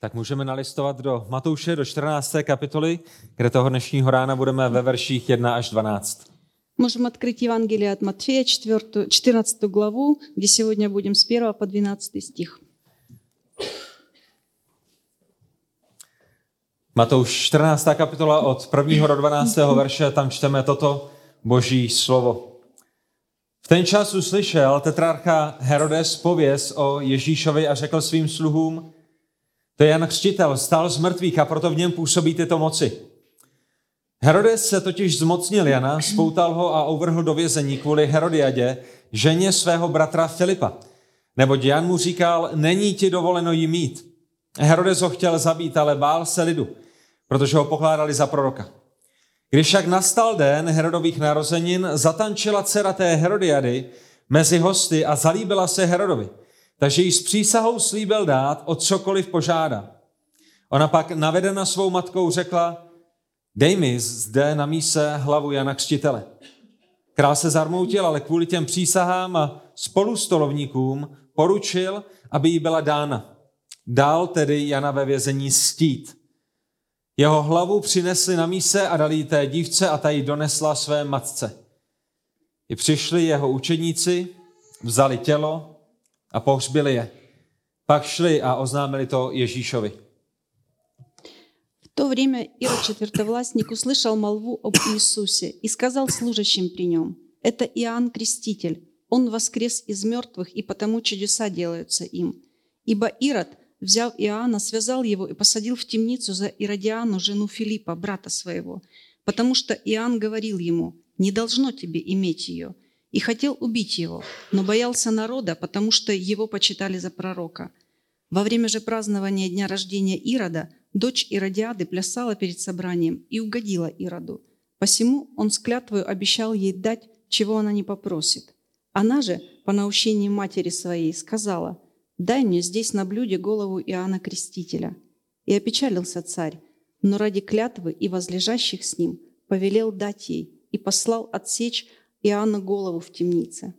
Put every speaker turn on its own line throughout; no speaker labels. Tak můžeme nalistovat do Matouše, do 14. kapitoly, kde toho dnešního rána budeme ve verších 1 až 12.
Можем открыть Евангелие от Матфея, 4, 14 главу, где сегодня будем с 1 по 12 стих.
Matouš 14. kapitola od 1. do 12. verše, tam čteme toto boží slovo. V ten čas uslyšel tetrarcha Herodes pověst o Ježíšovi a řekl svým sluhům, to je Jan Křtitel, stál z mrtvých a proto v něm působí tyto moci. Herodes se totiž zmocnil Jana, spoutal ho a uvrhl do vězení kvůli Herodiadě, ženě svého bratra Filipa. Neboť Jan mu říkal, není ti dovoleno jí mít. Herodes ho chtěl zabít, ale bál se lidu, protože ho pokládali za proroka. Když však nastal den Herodových narozenin, zatančila dcera té Herodiady mezi hosty a zalíbila se Herodovi, takže jí s přísahou slíbil dát, o cokoliv požádá. Ona pak navedena svou matkou řekla, dej mi zde na míse hlavu Jana Křtitele. Král se zarmoutil, ale kvůli těm přísahám a spolu stolovníkům poručil, aby jí byla dána. Dál tedy Jana ve vězení stít. Jeho hlavu přinesli na míse a dali ji té dívce a ta ji donesla své matce. I přišli jeho učedníci, vzali tělo a pohřbili je. Pak šli a oznámili to Ježíšovi.
В то время Ирод Четвертовластник услышал молву об Иисусе и сказал служащим при нем, «Это Иоанн Креститель, он воскрес из мертвых, и потому чудеса делаются им. Ибо Ирод, взяв Иоанна, связал его и посадил в темницу за Иродиану, жену Филиппа, брата своего, потому что Иоанн говорил ему, «Не должно тебе иметь ее», и хотел убить его, но боялся народа, потому что его почитали за пророка. Во время же празднования дня рождения Ирода дочь Иродиады плясала перед собранием и угодила Ироду. Посему он с клятвою обещал ей дать, чего она не попросит. Она же, по наущении матери своей, сказала, «Дай мне здесь на блюде голову Иоанна Крестителя». И опечалился царь, но ради клятвы и возлежащих с ним повелел дать ей и послал отсечь Иоанна голову в темнице.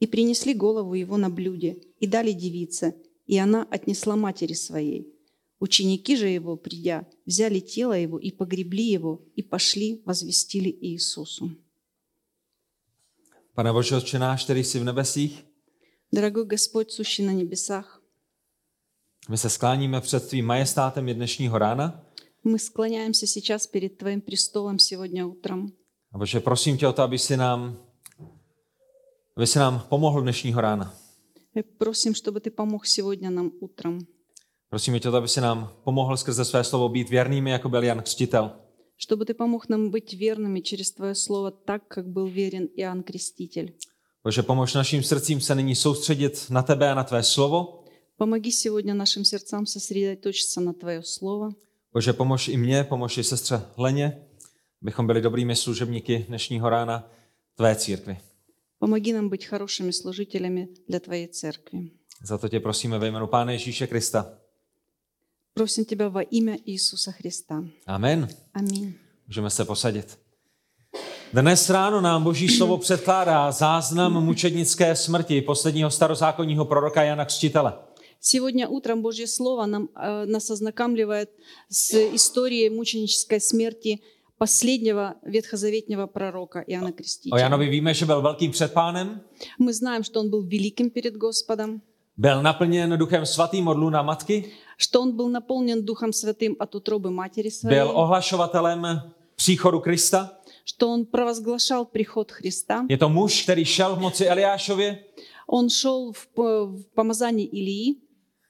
И принесли голову его на блюде, и дали девице, и она отнесла матери своей. Ученики же его, придя, взяли тело его и погребли его, и пошли, возвестили Иисусу.
Pane Bože, Otče náš, který jsi v nebesích,
Дорогой Господь, сущий на небесах,
my se skláníme před tvým majestátem je dnešního rána.
мы склоняемся сейчас перед Твоим престолом сегодня утром.
A Bože, prosím tě o to, aby si nám, aby si nám pomohl dnešního rána.
Мы просим, чтобы Ты помог сегодня нам utrом,
Prosíme tě o to, aby si nám pomohl skrze své slovo být věrnými, jako byl Jan Křtitel.
чтобы Ты помог нам быть верными через Твое Слово так, как был верен Иоанн Креститель.
Bože, pomož našim srdcím se nyní soustředit na tebe a na tvé slovo.
Помоги сегодня нашим сердцам сосредоточиться на Твое Слово.
Bože, pomož i mě, pomož i sestře Leně, abychom byli dobrými služebníky dnešního rána tvé církvi.
Помоги нам быть хорошими служителями для Твоей Церкви.
Za to tě prosíme ve jménu Pána Ježíše Krista.
Просим Тебя во имя Иисуса Христа.
Amen.
Аминь.
Můžeme se posadit. Dnes ráno nám Boží slovo předkládá záznam mučednické smrti posledního starozákonního proroka Jana Křtitele.
Сегодня утром Божье Слово нам, э, нас ознакомливает с историей мученической смерти последнего ветхозаветнего пророка Иоанна
O
Крестителя.
Janovi víme, že byl velkým předpánem,
Мы знаем, что он был великим перед Господом,
byl naplněn duchem svatým od luna matky,
что он был наполнен Духом Святым от утробы матери своей,
byl ohlašovatelem příchodu Krista.
что он провозглашал приход Христа,
Je to muž, který šel v moci Eliášově.
он шел в, по- в помазании Илии.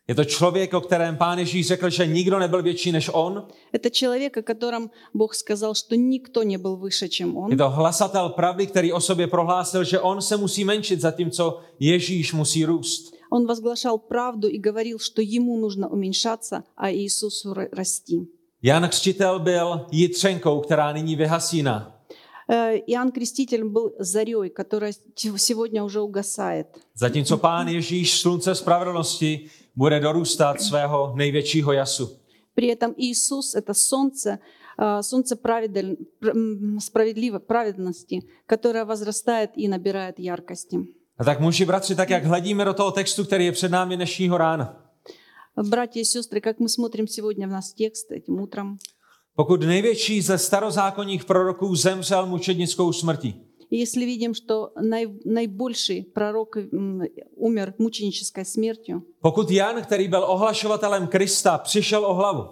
Je to člověk, o kterém pán Ježíš řekl, že nikdo nebyl větší než on.
Это человек, о котором Бог сказал, что никто не был выше, чем он.
Je to hlasatel pravdy, který o sobě prohlásil, že on se musí menšit, zatímco Ježíš musí růst.
Он возглашал правду и говорил, что ему нужно уменьшаться, а Иисусу ра- расти.
Jan Křtitel byl jitřenkou, která nyní vyhasíná.
Э, Иоанн Креститель был зарей, которая те- сегодня уже угасает.
Zatímco pán Ježíš, slunce spravedlnosti, bude dorůstat svého největšího jasu.
При этом Иисус — это солнце, э, солнце праведел- пр- м, справедливо- праведности, которое возрастает и набирает яркости.
A tak muži, bratři, tak jak hledíme do toho textu, který je před námi dnešního rána,
Братья и сестры, как мы смотрим сегодня в нас текст этим утром,
Pokud největší ze starozákonních proroků zemřel mučednickou smrtí,
и если видим, что най- наибольший пророк м, умер мученической смертью,
pokud Jan, který byl ohlašovatelem Krista, přišel o hlavu,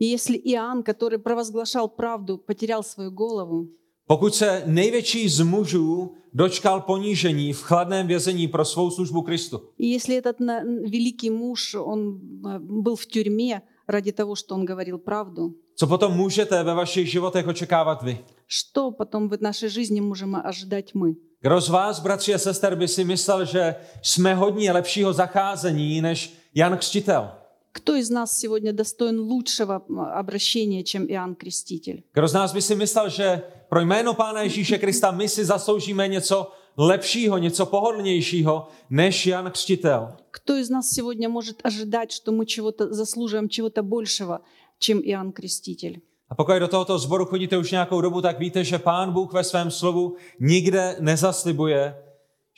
и если Иоанн, который провозглашал pravdu, потерял свою голову,
pokud se největší z mužů dočkal ponížení v chladném vězení pro svou službu Kristu,
и если этот на- великий муж, он э, был в тюрьме ради того, что он говорил правду,
co potom můžete ve vašich životech očekávat vy?
что потом в нашей жизни можем ожидать мы?
Kdo z vás, bratři a sester, by si myslel, že jsme hodně lepšího zacházení než Jan Křtitel?
Кто из нас сегодня достоин лучшего м, обращения, чем Иоанн Креститель?
Kdo z nás by si myslel, že pro jméno Pána Ježíše Krista my si zasloužíme něco lepšího, něco pohodlnějšího než Jan Křtitel?
Кто из нас сегодня может ожидать, что мы чего-то заслуживаем, чего-то большего, чем Иоанн Креститель?
A pokud do tohoto sboru chodíte už nějakou dobu, tak víte, že Pán Bůh ve svém slovu nikde nezaslibuje,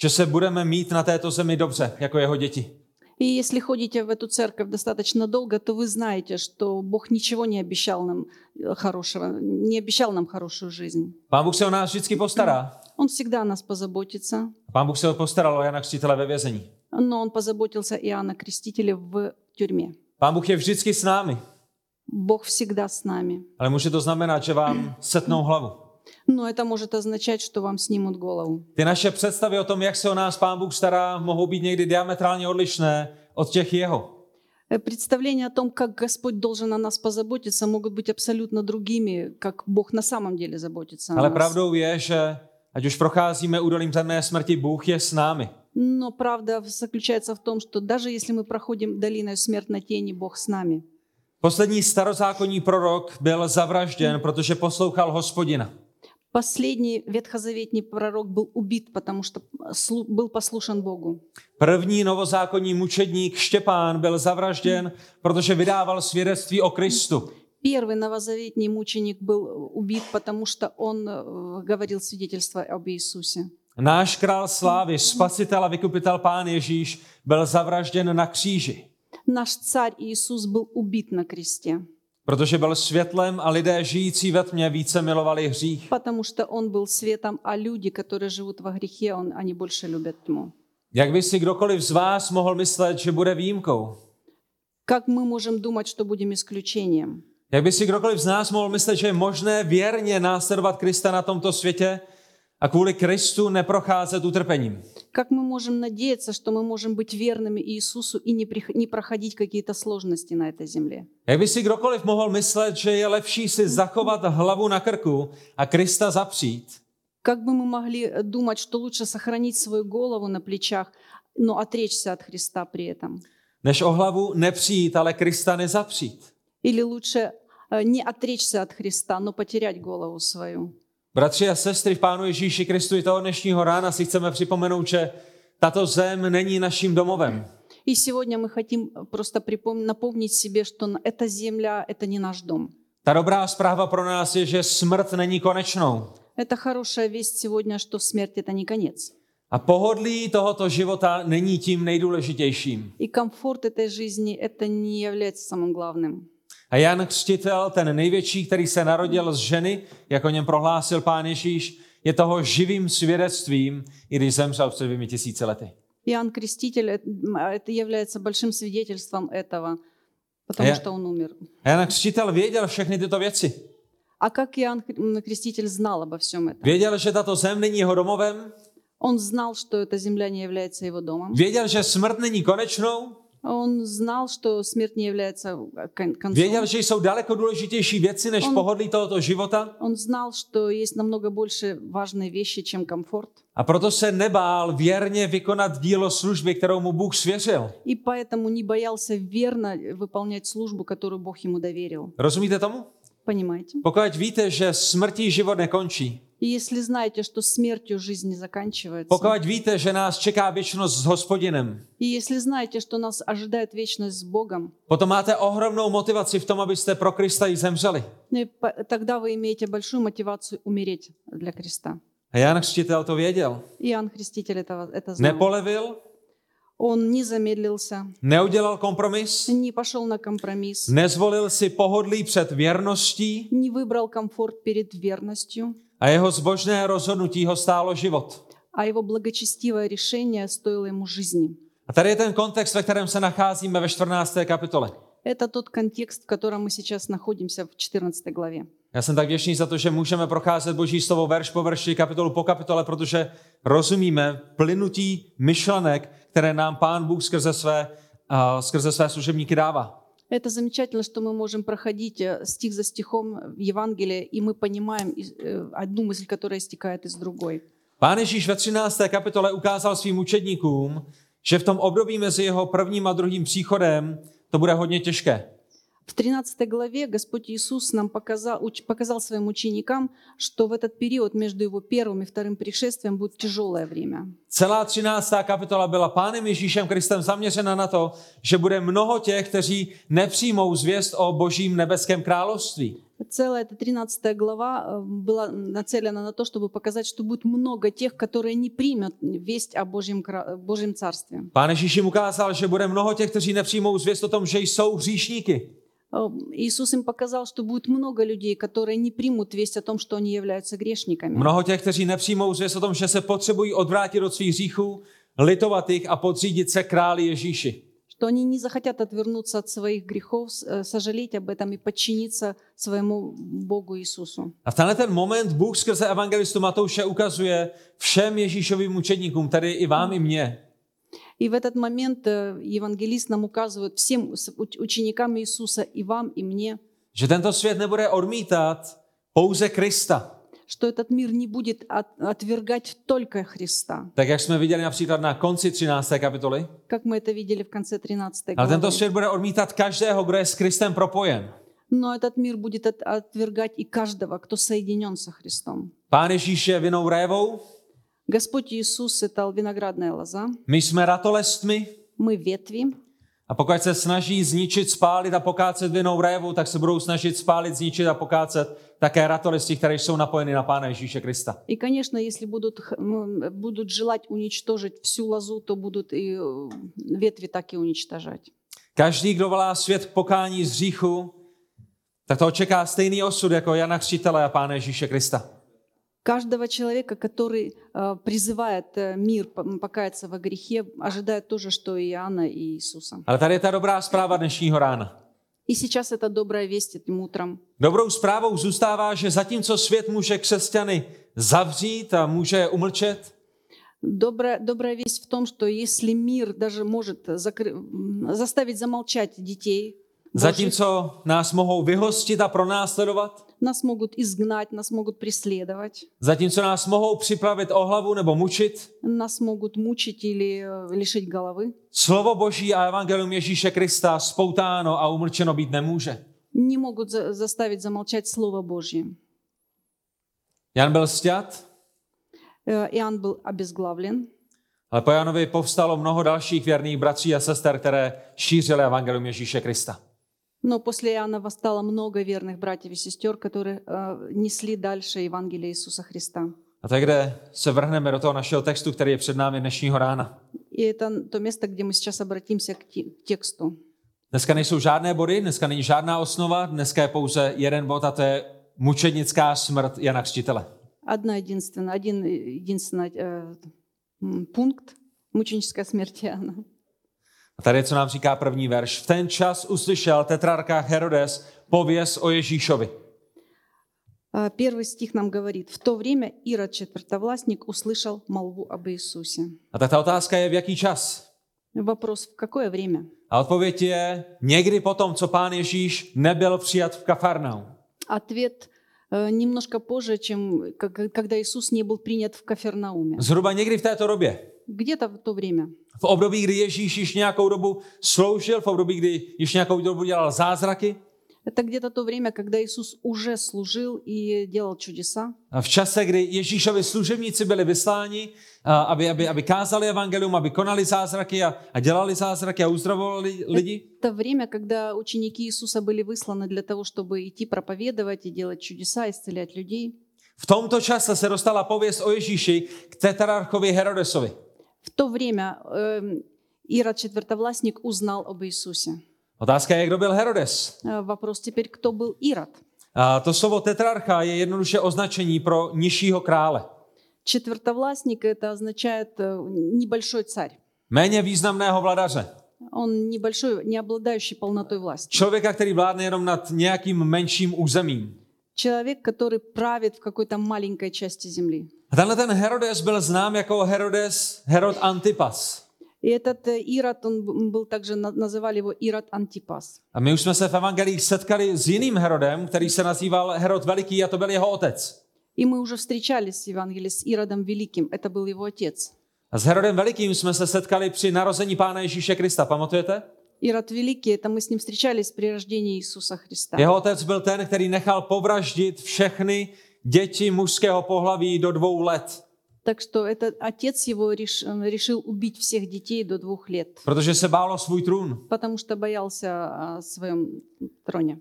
že se budeme mít na této zemi dobře, jako jeho děti.
И если ходите в эту церковь достаточно долго, то вы знаете, что Бог ничего не обещал нам э, хорошего, не обещал нам хорошую жизнь.
Pán Bůh se o nás vždycky postará.
Он всегда о нас позаботится,
Pán Bůh se postaral o Jana Křtitele ve vězení.
но Он позаботился Иоанна Крестителя в тюрьме.
Pán Bůh je vždycky s námi,
Бог всегда с нами.
ale může to znamenat, že vám setnou hlavu.
Но это может означать, что вам снимут голову.
Ty naše představy o tom, jak se o nás Pán Bůh stará, mohou být někdy diametrálně odlišné od těch jeho.
Э, Представления о том, как Господь должен о нас позаботиться, могут быть абсолютно другими, как Бог на самом деле заботится о
Ale
нас.
pravdou je, že ať už procházíme údolím temné smrti, Bůh je s námi.
Но правда в- заключается в том, что даже если мы проходим долиной смертной тени, Бог с нами.
Poslední starozákonní prorok byl zavražděn, protože poslouchal hospodina.
Последний ветхозаветний пророк был убит, потому что э, слу- был послушан Богу.
První novozákonní mučedník Štěpán byl zavražděn, protože vydával svědectví o Kristu.
Первый новозаветний мученик был э, убит, потому что он э, говорил свидетельство об Иисусе.
Náš král slávy, spasitel a vykupitel Pán Ježíš byl zavražděn na kříži,
Наш царь Иисус был убит на кресте,
protože byl světlem a lidé žijící ve tmě více milovali hřích.
потому что он был светом, а люди, которые живут во грехе, он, они больше любят тьму.
Jak by si kdokoliv z vás mohl myslet, že bude výjimkou?
Как мы можем думать, что будем исключением?
Jak by si kdokoliv z nás mohl myslet, že je možné věrně následovat Krista na tomto světě a kvůli Kristu neprocházet utrpením?
Как мы можем надеяться, что мы можем быть верными Иисусу и не, прих- не проходить какие-то сложности на этой земле?
Jak by si kdokoliv mohl myslet, že je lepší si zachovat hlavu na krku a Krista zapřít,
Как бы мы могли э, думать, что лучше сохранить свою голову на плечах, но отречься от Христа при этом?
než o hlavu nepřijít, ale Krista nezapřít?
Или лучше э, не отречься от Христа, но потерять голову свою?
Bratři a sestry v Pánu Ježíši Kristu i toho dnešního rána si chceme připomenout, že tato zem není naším domovem.
И сегодня мы хотим э, просто припом- напомнить себе, что н- эта земля — это не наш дом.
Ta dobrá zpráva pro nás je, že smrt není konečnou.
Это хорошая весть сегодня, что смерть — это не конец.
A pohodlí tohoto života není tím nejdůležitějším.
И комфорт этой жизни — это не является самым главным.
A Jan Křtitel, ten největší, který se narodil z ženy, jak o něm prohlásil pán Ježíš, je toho živým svědectvím, i když zemřel před dvěmi tisíci lety.
Иоанн Креститель э, м, а, это является большим свидетельством этого, потому
Я-
что он умер.
A Jan Křtitel věděl všechny tyto věci.
А как Иоанн Хри- м, Креститель знал обо всем этом?
Věděl, že tato zem není jeho domovem,
Он знал, что эта земля не является его домом.
věděl, že smrt není konečnou,
Он знал, что смерть не является э, кон-
věděl,
концом.
že jsou daleko důležitější věci než
On-
pohodlí tohoto života
Он знал, что есть намного больше важные вещи, чем комфорт.
a proto se nebál věrně vykonat dílo služby, kterou mu Bůh svěřil.
И поэтому не боялся верно выполнять службу, которую Бог ему доверил.
Rozumíte tomu?
Понимаете?
Pokud víte, že smrtí život nekončí,
И если знаете, что смертью жизнь не заканчивается,
pokud víte, že nás čeká věčnost s hospodinem,
и если знаете, что нас ожидает вечность с Богом,
potom máte ohromnou motivaci v tom, abyste pro Krista i zemřeli.
Ну и по- тогда вы имеете большую мотивацию умереть для креста.
A Jan Křtitel to věděl.
Иоанн Христитель этого, это знал.
Nepolevil,
Он не замедлился,
Neudělal kompromis,
не пошел на компромисс,
nezvolil si pohodlí před věrností
не выбрал комфорт перед верностью,
a jeho zbožné rozhodnutí ho stálo život.
а его благочестивое решение стоило ему жизни.
A tady je ten kontext, ve kterém se nacházíme ve 14. kapitole.
Это тот контекст, в котором мы сейчас находимся в 14 главе.
Já jsem tak vděčný za to, že můžeme procházet Boží slovo verš po verši, kapitolu po kapitole, protože rozumíme plynutí myšlenek, které nám Pán Bůh skrze své, uh, skrze své služebníky dává.
Это замечательно, что мы можем проходить э, стих за стихом Евангелие, и мы понимаем э, одну мысль, которая истекает из другой.
Pán Ježíš ve 13. kapitole ukázal svým učedníkům, že v tom období mezi jeho prvním a druhým příchodem to bude hodně těžké.
В 13 главе Господь Иисус нам показал, уч- показал своим ученикам, что в этот период между Его первым и вторым пришествием будет тяжелое время.
Celá 13. kapitola byla pánem Ježíšem Kristem zaměřena na to, že bude mnoho těch, kteří nepřijmou zvěst o božím nebeském království.
Целая эта 13 глава э, была нацелена на то, чтобы показать, что будет много тех, которые не примут весть о Божьем, кра- Божьем Царстве.
Pán Ježíš jim ukázal, že bude mnoho těch, kteří nepřijmou zvěst o tom, že jsou hříšníky.
Э, Иисус им показал, что будет много людей, которые не примут весть о том, что они являются грешниками.
Mnoho těch, kteří nepřijmou zvěst o tom, že se potřebují odvrátit od svých hříchů, litovat jich a podřídit se králi Ježíši.
что они не захотят отвернуться от своих грехов, с- э, сожалеть об этом и подчиниться своему Богу Иисусу.
A v tenhle ten moment Bůh skrze evangelistu Matouše ukazuje všem Ježíšovým učedníkům, tedy i vám, i mně,
И в этот момент э, евангелист нам указывает всем с- уч- ученикам Иисуса, и вам, и мне,
že tento svět nebude odmítat pouze Krista.
что этот мир не будет от- отвергать только Христа,
Tak jak jsme viděli například na konci 13. kapitoly,
как мы это видели в конце 13
ale tento
главы.
svět bude odmítat každého, kdo je s Kristem propojen.
Но этот мир будет от- отвергать и каждого, кто соединен со Христом.
Pán Ježíš je vinou révou,
Господь Иисус – это виноградная лоза,
my jsme ratolestmi
мы – ветви,
a pokud se snaží zničit, spálit a pokácet vinou révu, tak se budou snažit spálit, zničit a pokácet také ratolesti, které jsou napojeny na Pána Ježíše Krista.
И, конечно, если будут, х- м, будут желать уничтожить всю лозу, то будут и э, ветви так и уничтожать.
Každý, kdo volá svět k pokání z hříchu, tak toho čeká stejný osud jako Jana Křtitele a Pána Ježíše Krista.
Каждого человека, который э, призывает э, мир п- покаяться во грехе, ожидает то же, что и Иоанна и Иисуса.
Ale tady je ta dobrá zpráva dnešního rána.
И сейчас это добрая весть этим утром.
Dobrou zprávou zůstává, že zatímco svět může křesťany zavřít a může je umlčet,
Добрая, добрая весть в том, что если мир даже может закры- м, zaставить замолчать детей, Божьих,
zatímco nás mohou vyhostit a pronásledovat,
нас могут изгнать, нас могут преследовать,
zatímco nás mohou připravit o hlavu nebo mučit,
нас могут мучить или э, лишить головы,
slovo Boží a evangelium Ježíše Krista spoutáno a umlčeno být nemůže.
не могут за- заставить замолчать Слово Божье.
Jan byl sťat,
Э, Иоанн был обезглавлен,
ale po Janovi povstalo mnoho dalších věrných bratří a sester, které šířily evangelium Ježíše Krista.
но после Иоанна восстало много верных братьев и сестер, которые э, несли дальше Евангелие Иисуса Христа.
A tak, kde se vrhneme do toho našeho textu, který je před námi dnešního rána.
И это то место, где мы сейчас обратимся к те- к тексту.
Dneska nejsou žádné body, dneska není žádná osnova, dneska je pouze jeden bod a to je mučednická smrt Jana Křtitele.
Одна единственная, один э, единственный э, м, пункт – мученическая смерть Иоанна.
A tady je, co nám říká první verš. V ten čas uslyšel tetrarcha Herodes pověst o Ježíšovi.
А, Первый стих нам говорит, «В то время Ирод, четвертовластник, услышал молву об Иисусе».
A tak ta otázka je, v jaký čas?
Вопрос, в какое время?
A odpověď je někdy potom, co pán Ježíš nebyl přijat v Kafarnau.
Ответ э, немножко позже, чем как- когда Иисус не был принят в Кафернауме.
Zhruba někdy v této době.
Где-то в то время.
V období, kdy Ježíš již nějakou dobu sloužil, v období, kdy již nějakou dobu dělal zázraky,
Это где-то то время, когда Иисус уже slужил и делал čudesa.
V čase, kdy Ježíšovi služebníci byli vysláni, a aby, aby, aby kázali evangelium, aby konali zázraky a, a dělali zázraky a uzdravovali lidi.
Это время, когда ученики Иисуса были высланы для того, чтобы идти проповедовать и делать чудеса, исцелять людей.
V tomto čase se dostala pověst o Ježíši k tetrarchovi Herodesovi.
В то время эм, Ирод четвертовластник узнал об Иисусе.
Otázka je, kdo byl Herodes.
Э, Вопрос теперь, кто был Ирод?
A to slovo tetrarcha je jednoduše označení pro nižšího krále.
Четвертовластник это означает э, небольшой царь.
Méně významného vladaře.
Он небольшой, не обладающий полнотой власти.
Člověka, který vládne jenom nad nějakým menším územím.
Человек, который правит в какой-то маленькой части земли.
A tenhle ten Herodes byl znám jako Herodes Herod Antipas.
И этот э, Ирод, он б- был также, на- называли его Ирод Антипас.
A my už jsme se v evangelích setkali s jiným Herodem, který se nazýval Herod Veliký a to byl jeho otec.
И мы уже встречались в Евангелии с Иродом Великим, это был его отец.
A s Herodem Velikým jsme se setkali při narození Pána Ježíše Krista, pamatujete?
Ирод Великий, это мы с ним встречались при рождении Иисуsa Христа.
Jeho otec byl ten, který nechal povraždit všechny děti mužského pohlaví do dvou let,
Так что этот отец его реш- э, решил убить всех детей до двух лет,
protože se bálo svůj trůn.
потому что боялся а, о своем троне.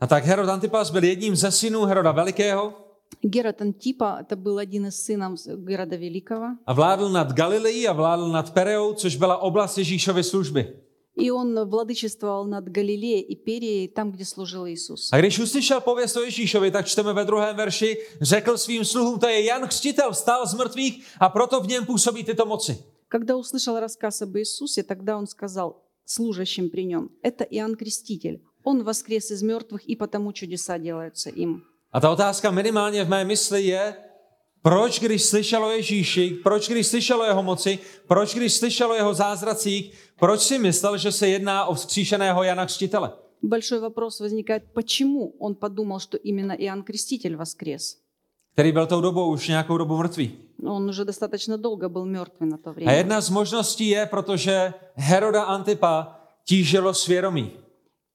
A tak Herod Antipas byl jedním ze synů Heroda Velikého
Герод Антипа, это был один из сынов Герода Великого,
a vládl nad Galileí a vládl nad Pereou, což byla oblast Ježíšovy služby.
и он владычествовал над Галилеей и Перией, там, где служил Иисус.
A když uslyšel pověst o Ježíšovi, tak čteme ve druhém verši, řekl svým sluhům, to je Jan Křtitel, vstal z mrtvých a proto v něm působí tyto moci.
Когда услышал рассказ об Иисусе, тогда он сказал служащим при нем, это Иоанн Креститель, он воскрес из мертвых, и потому чудеса делаются им.
A ta otázka minimálně v mé mysli je, proč když slyšel o Ježíši, proč když slyšel o jeho moci, proč když slyšel o jeho zázracích, proč si myslel, že se jedná o vzkříšeného Jana Křtitele?
Большой вопрос возникает, почему он подумал, что именно Иоанн Креститель воскрес?
který byl tou dobou už nějakou dobu mrtvý.
Он уже достаточно долго был мертвый на то
A
время.
jedna z možností je, protože Heroda Antipa tížilo svědomí.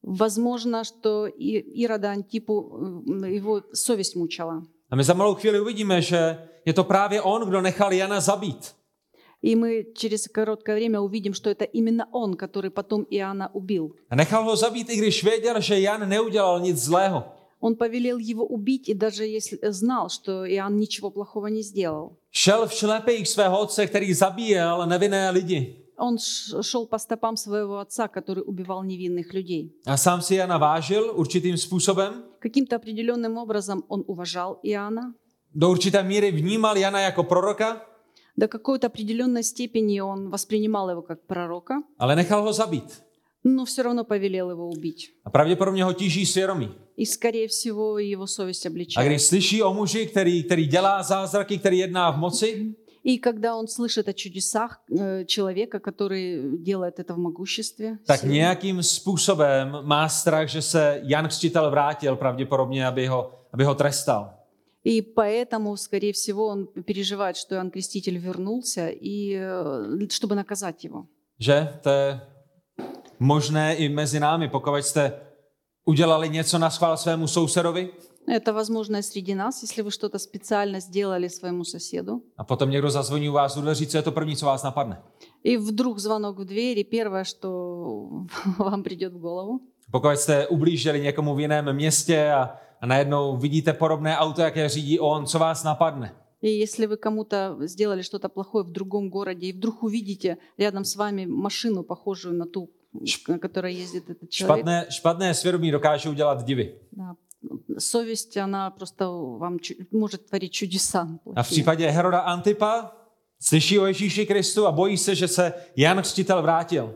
Возможно, что и Ирода Антипу м, его совесть мучала.
A my za malou chvíli uvidíme, že je to právě on, kdo nechal Jana zabít.
И мы через короткое время увидим, что это именно он, который потом Иоанна убил.
A nechal ho zabít, i když věděl, že Jan neudělal nic zlého.
Он повелел его убить, и даже если э, знал, что Иоанн ничего плохого не сделал.
Šel v šlepejích svého otce, který zabíjel nevinné lidi.
Он шел по стопам своего отца, который ubивал невинных людей.
A sám si Jana vážil určitým způsobem.
Каким-то определенным образом он уважал Иоанна,
Do určité míry vnímal Jana jako proroka,
До какой-то определенной степени он воспринимал его как пророка,
ale nechal ho zabít.
но все равно повелел его убить.
A pravděpodobně ho tíží svědomí.
И, скорее всего, его совесть
A
обличает.
když slyší o muži, který, který dělá zázraky, který jedná v moci,
И когда он слышит о чудесах э, человека, который делает это в могуществе,
tak
силе,
nějakým způsobem má strach, že se Jan Křtitel vrátil pravděpodobně, aby ho, aby ho trestal.
и поэтому, скорее всего, он переживает, что Иоанн Креститель вернулся, и, э, чтобы наказать его.
Že? To je možné i mezi námi, pokud jste udělali něco na schvál svému sousedovi
Это возможно и среди нас, если вы что-то spециально сделали своему соседу.
a potom někdo zazvoní u vás u dveří, co je to první, co vás napadne.
И вдруг звонок в дверь, и первое, что вам придет в голову,
Pokud jste ublížili někomu v jiném městě a, a najednou vidíte podobné auto, jaké řídí on, co vás napadne.
И если вы кому-то сделали что-то плохое в другом городе, и вдруг увидите рядом с вами машину, похожую на ту, на которой ездит этот человек,
Špatné, špatné svědomí dokáže udělat divy.
да, совесть, она просто вам чу- может творить чудеса.
A v
плохие.
případě Heroda Antipa slyší o Ježíši Kristu a bojí se, že se Jan Křtitel vrátil.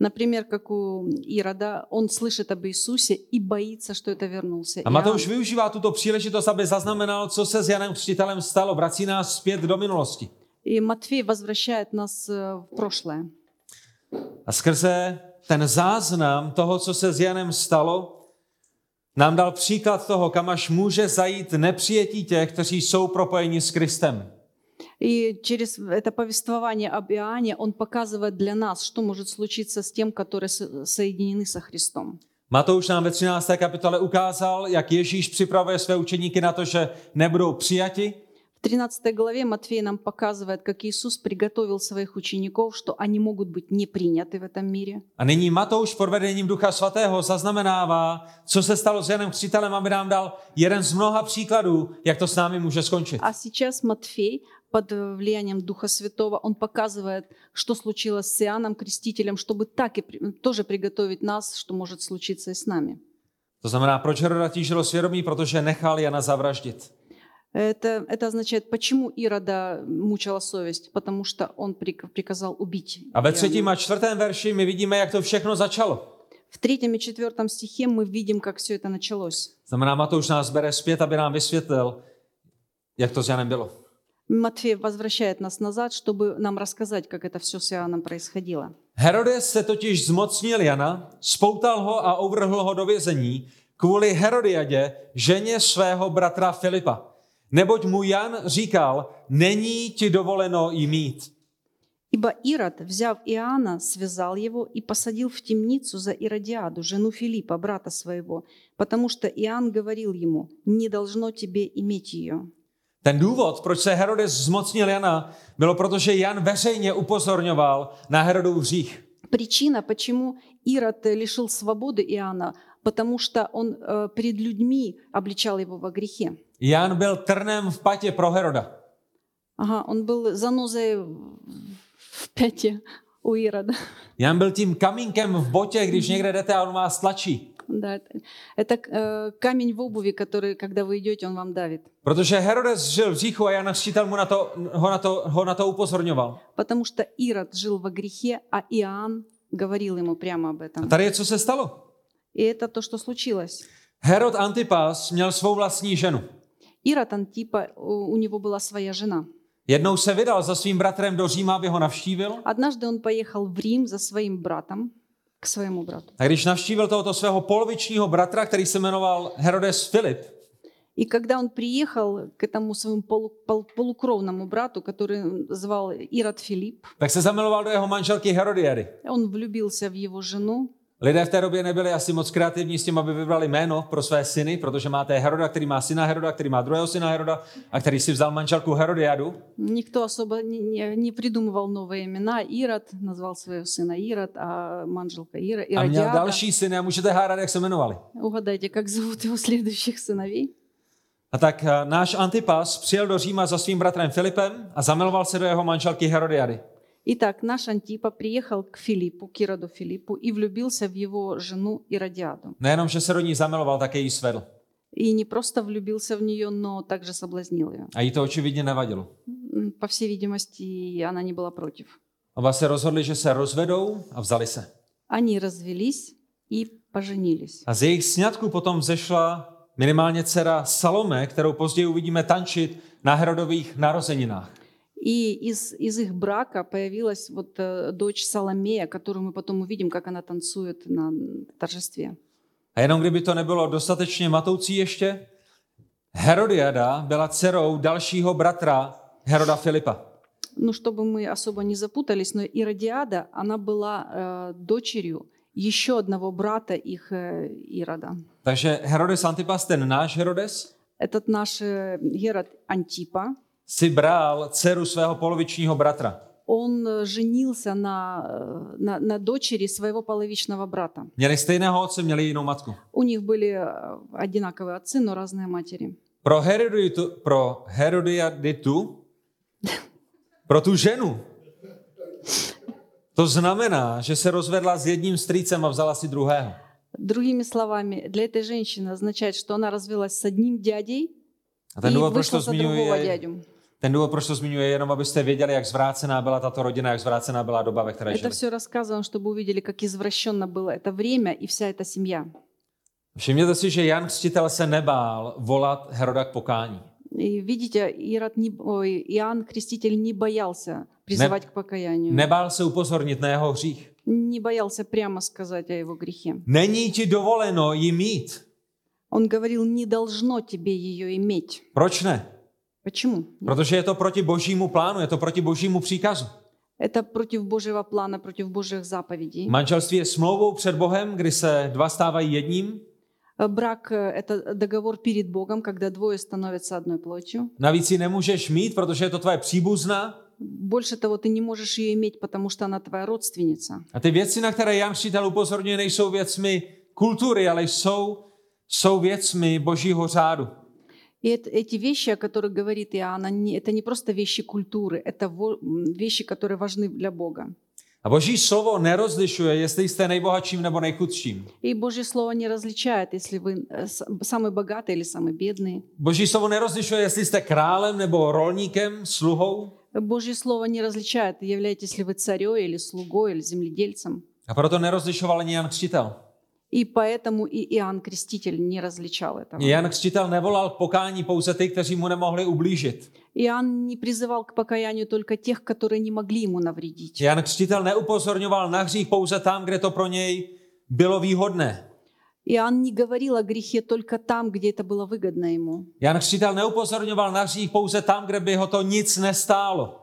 Например, как у Ирода, он слышит об Иисусе и боится, что это вернулся.
A
Иоанн.
Matouš využívá tuto příležitost, aby zaznamenal, co se s Janem Křtitelem stalo. Vrací nás zpět do minulosti.
И Матфей возвращает нас э, в прошлое.
A skrze ten záznam toho, co se s Janem stalo, nám dal příklad toho, kam až může zajít nepřijetí těch, kteří jsou propojeni s Kristem.
И через это повествование об Иоанне он показывает для нас, что может случиться с тем, которые со- соединены со Христом.
Matouš nám ve 13. kapitole ukázal, jak Ježíš připravuje své učeníky na to, že nebudou přijati,
В 13 главе Матфей нам показывает, как Иисус приготовил своих учеников, что они могут быть не приняты в этом мире.
A nyní Matouš pod vedením Ducha Svatého zaznamenává, co se stalo s Janem Křtitelem, aby nám dal jeden z mnoha příkladů, jak to s námi může skončit.
А сейчас Матфей под влиянием Духа Святого. Он показывает, что случилось с Иоанном Крестителем, чтобы так и при- тоже приготовить нас, что может случиться и с нами.
To znamená, proč Heroda tížilo svědomí? Protože nechal Jana zavraždit.
Это, это означает, почему Ирода мучила совесть, потому что он прик- приказал убить.
A ve
Иоанна.
třetím a čtvrtém verši my vidíme, jak to všechno začalo.
В третьем и четвертом стихе мы видим, как все это началось.
Znamená, Matouš nás bere zpět, aby nám vysvětlil, jak to s Janem bylo.
Матфей возвращает нас назад, чтобы нам рассказать, как это все с Иоанном происходило.
Herodes se totiž zmocnil Jana, spoutal ho a uvrhl ho do vězení kvůli Herodiadě, ženě svého bratra Filipa. Neboť mu Jan říkal, není ti dovoleno jí mít.
Ибо Ирод, взяв Иоанна, связал его и посадил в темницу за Иродиаду, жену Филиппа, брата своего, потому что Иоанн говорил ему, не должно тебе иметь ее.
Ten důvod, proč se Herodes zmocnil Jana, bylo proto, že Jan veřejně upozorňoval na Herodův hřích.
Причина, почему Ирод э, лишил свободы Иоанна, потому что он э, перед людьми обличал его во грехе.
Jan byl trnem v patě pro Heroda.
Ага, он был занозой в в пяте у Ирода.
Jan byl tím kamínkem v botě, když někde jdete a on vás tlačí.
Да, это, это, э, камень в обуви, который, когда вы идете, он вам давит.
Protože Herodes žil v hříchu a Jan Křtitel mu na to, ho, na to, ho na to upozorňoval.
Потому что Ирод жил во грехе, а Иоанн говорил ему прямо об этом.
A tady je, co se stalo.
И это то, что случилось.
Herod Antipas měl svou vlastní ženu.
Ирод Антипа, э, у у него была своя žena.
Jednou se vydal za svým bratrem do Říma, aby ho navštívil.
Однажды он поехал в Рим за своим братом, к своему брату.
A když navštívil tohoto svého polovičního bratra, který se jmenoval Herodes Filip,
И когда он приехал к этому своему полу- пол- полукровному брату, который звал Ирод Филипп,
tak se zamiloval do jeho manželky Herodiady.
он влюбился в его жену.
Lidé v té době nebyli asi moc kreativní s tím, aby vybrali jméno pro své syny, protože máte Heroda, který má syna Heroda, který má druhého syna Heroda a který si vzal manželku Herodiadu.
Никто особо не, не- не придумывал новые имена. Ирод назвал своего сына Ирод, а манжелка Ира,
A měl
Иродиада.
další syny a můžete hádat, jak se jmenovali.
Угадайте, как зовут его следующих сыновей?
A tak eh, náš Antipas přijel do Říma za svým bratrem Filipem a zamiloval se do jeho manželky Herodiady.
Итак, наш Антипа приехал к Филиппу, к Ироду Филиппу, и влюбился в его жену Иродиаду.
Nejenom, že se do ní zamiloval, také ji svedl.
И не просто влюбился в нее, но также соблазнил ее.
A jí to očividně nevadilo.
М, По всей видимости, она не была против.
Oba se rozhodli, že se rozvedou a vzali se.
Они развелись и поженились.
A z jejich sňatku potom vzešla minimálně dcera Salome, kterou později uvidíme tančit na Herodových narozeninách.
И из, из их брака появилась вот э, дочь Соломея, которую мы потом увидим, как она танцует на м, торжестве.
A jenom kdyby to nebylo dostatečně matoucí ještě, Herodiada byla dcerou dalšího bratra Heroda Filipa.
Ну, чтобы мы особо не запутались, но Иродиада, она была э, дочерью еще одного брата их э, Ирода.
Takže Herodes Antipas, ten náš Herodes,
Этот наш э, Герод Антипа,
si bral dceru svého polovičního bratra.
он э, женился на, э, на, на dочери своего половичного брата.
Měli stejného otce, měli jinou matku.
У них были э, одинаковые отцы, но разные матери.
Pro Heroditu, pro Herodiaditu, pro tu ženu, to znamená, že se rozvedla s jedním strýcem a vzala si druhého.
Другими словами, для этой женщины означает, что она развелась с одним дядей
A ten
и
důvod, proč to
вышла за
zmiňuji,
другого
je,
дядю.
ten důvod, proč to zmiňuji, je jenom, abyste věděli, jak zvrácená byla tato rodina, jak zvrácená byla doba, ve které
Это
žili.
все рассказано, чтобы увидели, как извращенно было это время и вся эта семья.
Všimněte si, že Jan Křtitel se nebál volat Heroda k покání.
И видите, Ирод не, ой, Иоанн Креститель не боялся призывать к покаянию.
Nebál se upozornit na jeho hřích.
Не боялся прямо сказать о его грехе.
Není ti dovoleno ji mít.
Он говорил, не должно тебе ее иметь.
Proč ne?
Почему?
Protože je to proti božímu plánu, je to proti božímu příkazu.
Это против Божьего плана, против Божьих заповедей.
Manželství je smlouvou před Bohem, kdy se dva stávají jedním.
Э, Брак – это договор перед Богом, когда двое становятся одной плотью.
Navíc ji nemůžeš mít, protože je to tvoje příbuzná.
Больше того, ты не можешь ее иметь, потому что она твоя родственница.
A ty věci, na které Jan Křtitel upozorňuje, nejsou věcmi kultury, ale jsou, jsou věcmi božího řádu.
И это- эти вещи, о которых говорит Иоанн, они- это не просто вещи культуры, это во- м, вещи, которые важны для Бога.
A boží slovo nerozlišuje, jestli jste nejbohatším nebo nejchudším.
И Божье Слово не различает, если вы э, с- самый богатый или самый бедный.
Boží slovo nerozlišuje, jestli jste králem nebo rolníkem, sluhou.
Божье Слово не различает, являетесь ли вы царем или слугой, или земледельцем.
A proto nerozlišoval ani Jan Křtitel.
И поэтому и Иоанн Креститель не различал этого.
Jan Křtitel nevolal k pokání pouze ty, kteří mu nemohli ublížit.
Иоанн не призывал к покаянию только тех, которые не могли ему навредить.
Jan Křtitel neupozorňoval na hřích pouze tam, kde to pro něj bylo výhodné.
Иоанн не говорил о грехе только там, где это было выгодно ему.
Jan Křtitel neupozorňoval na hřích pouze tam, kde by ho to nic nestálo.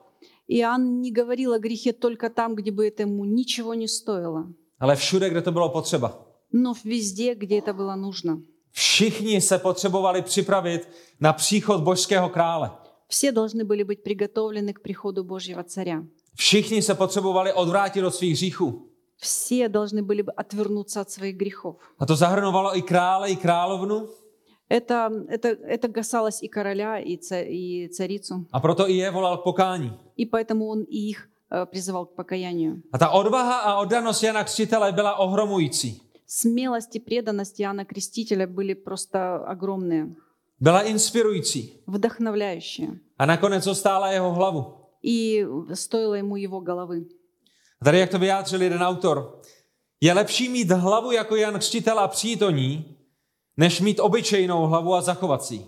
Иоанн не говорил о грехе только там, где бы это ему ничего не стоило,
Ale všude, kde to bylo potřeba.
но везде, где это было нужно.
Všichni se potřebovali připravit na příchod božského krále.
Все должны были быть приготовлены к приходу Божьего Царя.
Všichni se potřebovali odvrátit od svých hříchů.
Все должны были бы отвернуться от своих грехов.
A to zahrnovalo i krále, i královnu.
Это, это, это касалось и короля, и, ца- и царицу.
A proto i je volal k pokání.
И поэтому он и их э, призывал к покаянию.
A ta odvaha a oddanost Jana Křtitele byla ohromující.
Смелость и преданность Иоанна Крестителя были просто огромные,
Byla inspirující.
вдохновляющие.
A nakonec ostála jeho hlavu.
И стоило ему его головы.
A tady, jak to vyjádřil jeden autor, je lepší mít hlavu jako Jan Křtitel a přijít o ní, než mít obyčejnou hlavu a zachovat si ji.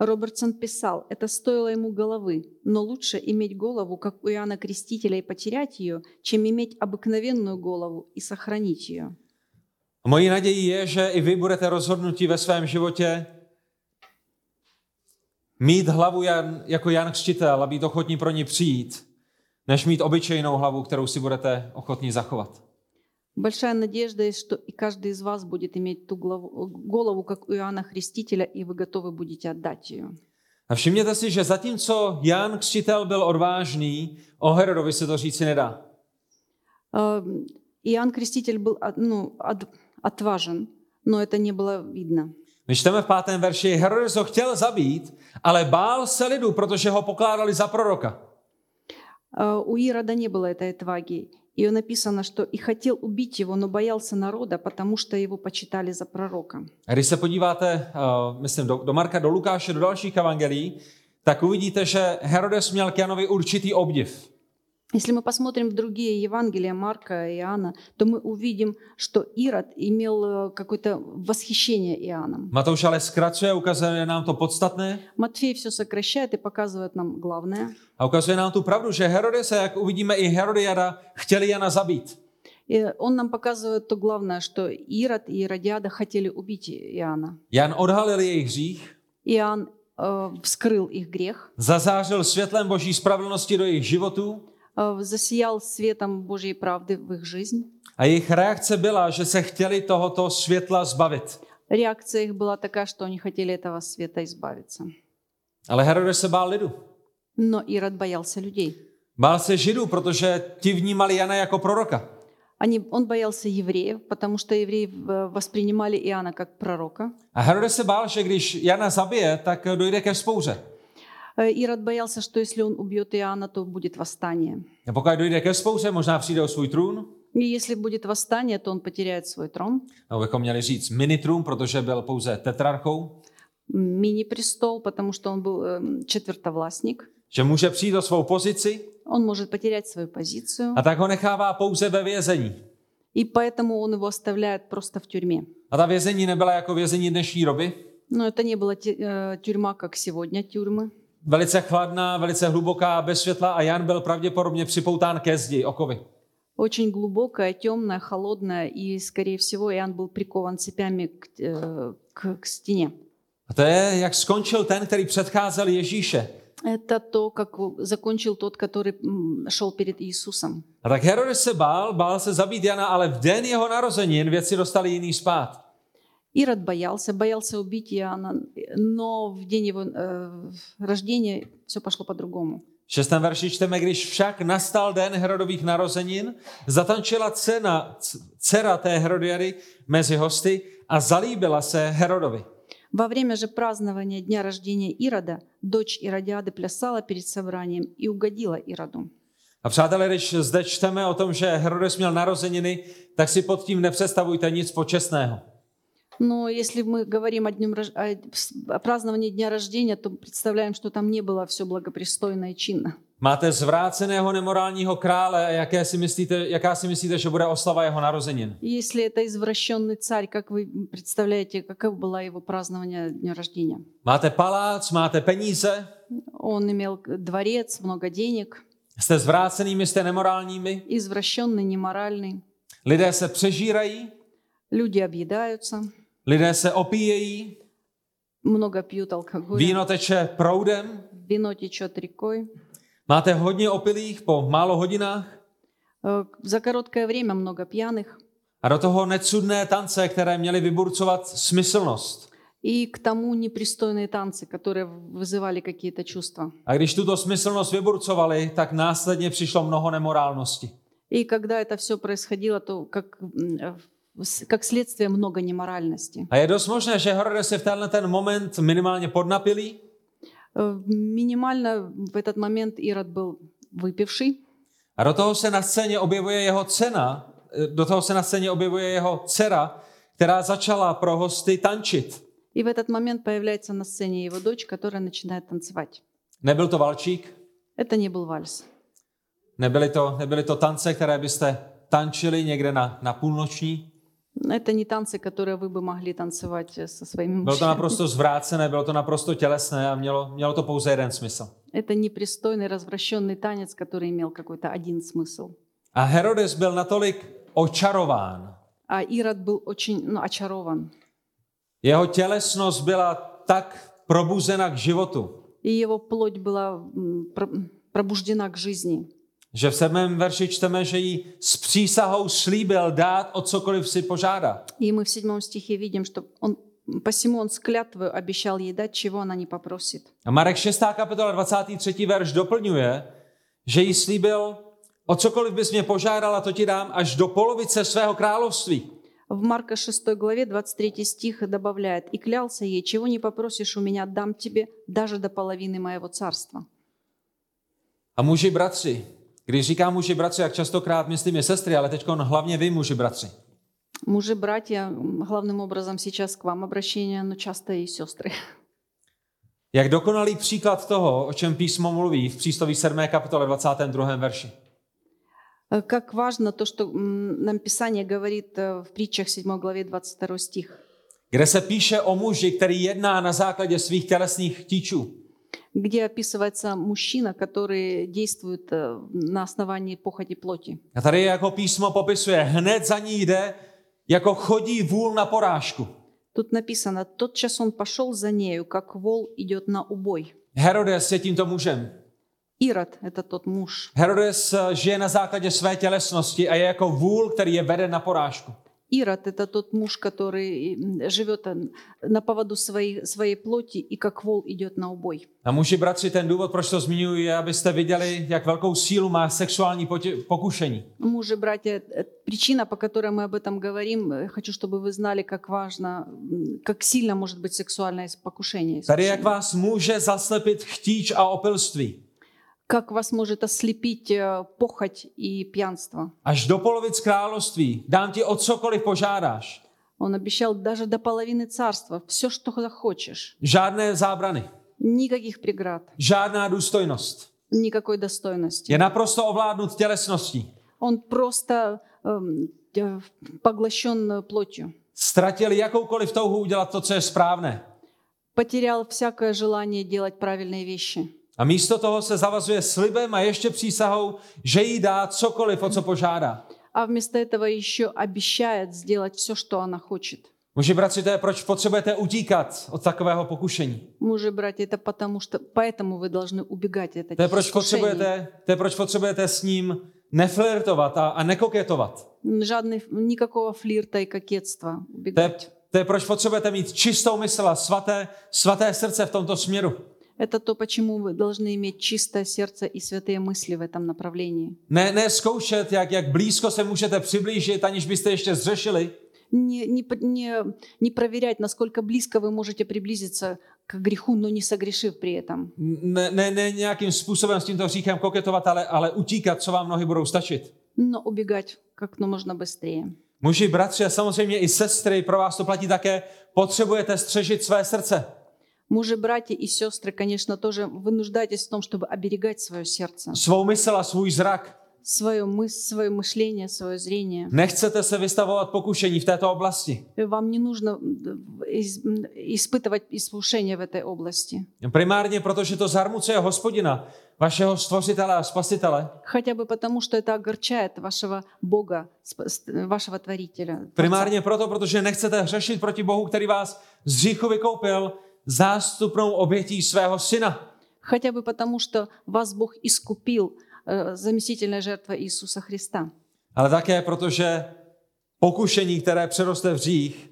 Робертсон писал, это стоило ему головы, но лучше иметь голову, как у Иоанна Крестителя, и потерять ее, чем иметь обыкновенную голову и сохранить ее.
A mojí naději je, že i vy budete rozhodnutí ve svém životě mít hlavu Jan, jako Jan Křtitel a být ochotní pro ní přijít, než mít obyčejnou hlavu, kterou si budete ochotní zachovat.
Большая надежда, есть, что и каждый из вас будет иметь ту главу- голову, как у Иоанна Христителя, и вы готовы будете отдать ее.
A všimněte si, že zatímco Jan Křtitel byl odvážný, o Herodovi se to říci nedá.
Э, Иоанн Креститель был от- ну, от- отважен, но это не было видно.
My čteme v pátém verši, Herodes ho chtěl zabít, ale bál se lidu, protože ho pokládali za proroka.
Э, У Ирода не было этой отваги. И написано, что и хотел убить его, но боялся народа, потому что его почитали за пророка.
A když se podíváte, eh, myslím, do, do Marka, do Lukáše, do dalších evangelií, tak uvidíte, že Herodes měl k Janovi určitý obdiv.
Если мы посмотрим в другие Евангелия Марка и Иоанна, то мы увидим, что Ирод имел э, какое-то восхищение Иоанном.
Matouš ale zkracuje, ukazuje nám to podstatné
Матфей все сокращает и показывает нам главное.
a ukazuje nám tu pravdu, že Herodes, a jak uvidíme i Herodiada, chtěli Jana zabít.
И он нам показывает то главное, что Ирод и Иродиада хотели убить Иоанна.
Jan odhalil jejich hřích,
Иоанн э, вскрыл их грех,
zazářil světlem boží spravedlnosti do jejich životů
э, засиял светом Божьей правды в их жизнь.
a jejich reakce byla, že se chtěli tohoto světla zbavit.
Реакция их была такая, что они хотели этого света избавиться.
Ale Herodes se bál lidu.
Но Ирод боялся людей.
Bál se židů, protože ti vnímali Jana jako proroka.
Они, он боялся евреев, потому что евреи э, воспринимали Иоанна как пророка.
A Herodes se bál, že když Jana zabije, tak dojde ke vzpouře.
Э, Ирод боялся, что если он убьет Иоанна, то будет восстание.
A pokud dojde ke vzpouře, možná přijde o svůj trůn.
И если будет восстание, то он потеряет свой трон,
Nebo bychom měli říct minitrůn, protože byl pouze tetrarchou.
м, мини-престол, потому что он был эм, четвертовластник.
Že může přijít o svou pozici
Он может потерять свою позицию,
a tak ho nechává pouze ve vězení.
и поэтому он его оставляет просто в тюрьме.
A ta vězení nebyla jako vězení dnešní doby.
Но это не была те- э, тюрьма, как сегодня тюрьмы.
Velice chladná, velice hluboká, bez světla a Jan byl pravděpodobně připoután ke zdi okovy.
Очень глубокая, темная, холодная, и, скорее всего, Иоанн был прикован цепями к, э, к- к стене.
A to je, jak skončil ten, který předcházel Ježíše.
Это то, как у- закончил тот, который м, шел перед Иисусом.
A tak Herodes se bál, bál se zabít Jana, ale v den jeho narozenin věci dostali jiný spát.
Ирод боялся, боялся убить Иоанна, но в день его э, рождения все пошло по-другому.
V šestém verši čteme, když však nastal den Herodových narozenin, zatančila cena, c- dcera té Herodiady mezi hosty a zalíbila se Herodovi.
Во время же празднования дня рождения Ирода дочь Иродиады плясала перед собранием и угодила Ироду.
A přátelé, když zde čteme o tom, že Herodes měl narozeniny, tak si pod tím nepředstavujte nic počestného.
Но если мы говорим о, днем, рож- о с- о праздновании дня рождения, то представляем, что там не было все благопристойно и чинно.
Máte zvráceného nemorálního krále, a jaké si myslíte, jaká si myslíte, že bude oslava jeho narozenin?
Если это извращенный царь, как вы представляете, каково было его празднование дня рождения?
Máte palác, máte peníze,
Он имел дворец, много денег,
jste zvrácenými, jste nemorálními,
извращенный, неморальный.
lidé se přežírají,
Люди объедаются,
lidé se opíjejí,
много пьют алкоголь,
víno теče proudem,
вино течет рекой.
máte hodně opilých po málo hodinách
Э, За короткое время много пьяных.
a do toho necudné tance, které měly vyburcovat smyslnost.
И к тому непристойные танцы, которые вызывали какие-то чувства.
A když tuto smyslnost vyburcovali, tak následně přišlo mnoho nemorálnosti.
И когда это все происходило, то как, м, э, с- как следствие много неморальности.
A je dost možné, že Herodes je v tenhle ten moment minimálně podnapilý,
Э, Минимально в этот момент Ирод был выпивший.
A do toho se na scéně objevuje jeho cena, eh, do toho se na scéně objevuje jeho dcera, která začala pro hosty tančit.
И в этот момент появляется на сцене его дочь, которая начинает танцевать.
Nebyl to valčík,
Это не был вальс.
nebyly to, nebyly to tance, které byste tančili někde na, na půlnoční.
Это не танцы, которые вы бы могли танцевать э, со
Bylo
своими
to
мужчинами.
naprosto zvrácené, bylo to naprosto tělesné a mělo, mělo to pouze jeden smysl.
Это непристойный, развращенный танец, который имел какой-то один смысл.
A Herodes byl natolik očarován.
А Ирод был очень ну, очарован.
Jeho tělesnost byla tak probuzena k životu,
И его плоть была м, про- пробуждена к жизни.
že v sedmém verši čteme, že jí s přísahou slíbil dát o cokoliv si požádá.
И мы в седьмом стихе видим, что он, посему он с клятвою обещал ей дать, чего она не попросит.
A Marek 6. kapitola 23. verš doplňuje, že jí slíbil, o cokoliv bys mě požádala, to ti dám až do polovice svého království.
В Марка 6 главе 23 стих добавляет, «И клялся ей, чего не попросишь у меня, дам тебе даже до половины моего царства».
A muži bratři, když říkám muži bratři, jak častokrát myslím je sestry, ale teď hlavně vy muži bratři.
Мужи, братья, м, главным образом сейчас к вам обращение, но часто и сестры.
Jak dokonalý příklad toho, o čem písmo mluví v přístoví 7. kapitole 22. verši.
Э, Как важно то, что м, нам Писание говорит э, в притчах 7 главе 22 стих,
Kde se píše o muži, který jedná na základě svých tělesných tíčů.
где описывается мужчина, который действует э, на основании похоти плоти.
A tady, jako písmo popisuje, hned za ní jde, jako chodí vůl na porážku.
Тут написано, тотчас он пошел за нею, как вол идет на убой.
Herodes je tímto mužem.
Ирод – это тот муж.
Herodes eh, žije na základě své tělesnosti a je jako vůl, který je vede na porážku.
Ирод – это тот муж, который м, живет э, на поводу своей, своей плоти и как вол идет на убой.
A muži, bratři, ten důvod, proč to zmiňuji, je, abyste viděli, jak velkou sílu má sexuální poti- pokušení.
Мужи, братья, э, причина, по которой мы об этом говорим, э, хочу, чтобы вы знали, как важно, м, как сильно может быть сексуальное иск- покушение.
Tady, jak
искушение.
vás může zaslepit chtíč a opilství.
Как вас может ослепить э, похоть и пьянство.
Až do polovic království dám ti o cokoliv požádáš.
Он обещал даже до половины царства, все, что захочешь.
Žádné zábrany,
Никаких преград,
žádná důstojnost.
никакой достойности.
Je naprosto ovládnut tělesností.
Он просто эм, э, поглощен плотью.
Ztratil jakoukoliv touhu udělat to, co je správné.
Потерял всякое желание делать правильные вещи.
A místo toho se zavazuje slibem a ještě přísahou, že jí dá cokoliv, o co požádá.
А вместо этого еще обещает сделать все, что она хочет.
Muži, bratři, to je proč potřebujete utíkat od takového pokušení.
Мужи, братья, это потому что... Поэтому вы должны убегать от
To je
этих
proč
искушений.
potřebujete, to je proč potřebujete s ním neflirtovat a, a nekoketovat.
Жадный, никакого флирта и кокетства.
To je,
Убегать.
to je proč potřebujete mít čistou mysl a svaté, svaté srdce v tomto směru.
Это то, почему вы должны иметь чистое сердце и святые мысли в этом направлении.
Ne, ne zkoušet, jak, jak blízko se můžete přiblížit, aniž byste ještě zřešili,
не, не, по- не, не проверять, насколько близко вы можете приблизиться к греху, но не согрешив при этом.
Ne, ne, ne nějakým způsobem s tímto hříchem koketovat, ale, ale utíkat, co vám nohy budou stačit.
Но убегать как ну, можно быстрее.
Muži, bratři a samozřejmě i sestry, pro vás to platí také, potřebujete střežit své srdce.
Мужи, братья и сестры, конечно, тоже вы нуждаетесь в том, чтобы оберегать свое сердце,
Svou mysl a svůj zrak.
свое, мыс- свое мышление, свое зрение.
Nechcete se vystavovat pokušení v této oblasti.
Вам не нужно м, из- м, испытывать искушение в этой области.
Primárně proto, že to zarmucuje hospodina, vašeho stvořitele a spasitele.
Хотя бы потому, что это огорчает вашего Бога, сп- ст- вашего Творителя. Творца.
Primárně proto, protože nechcete hřešit proti Bohu, který vás z hříchu vykoupil zástupnou obětí svého syna.
Хотя бы потому, что вас Бог искупил э, заместительной жертвой Иисуса Христа.
Ale také proto, že pokušení, které přeroste v hřích,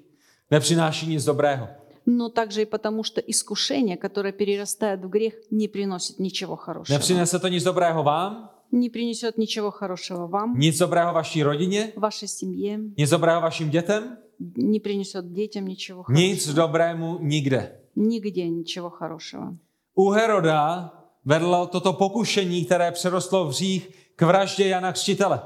nepřináší nic dobrého.
Но также и потому, что искушение, которое перерастает в грех, не приносит ничего хорошего.
Nepřinese to nic dobrého vám,
Не принесет ничего хорошего вам,
nic dobrého vaší rodině,
вашей семье,
nic dobrého vašim dětem,
не принесет детям ничего
nic
хорошего.
dobrému nikde.
Нигде ничего хорошего.
U Heroda vedlo toto pokušení, které přerostlo v hřích k vraždě Jana Křtitele.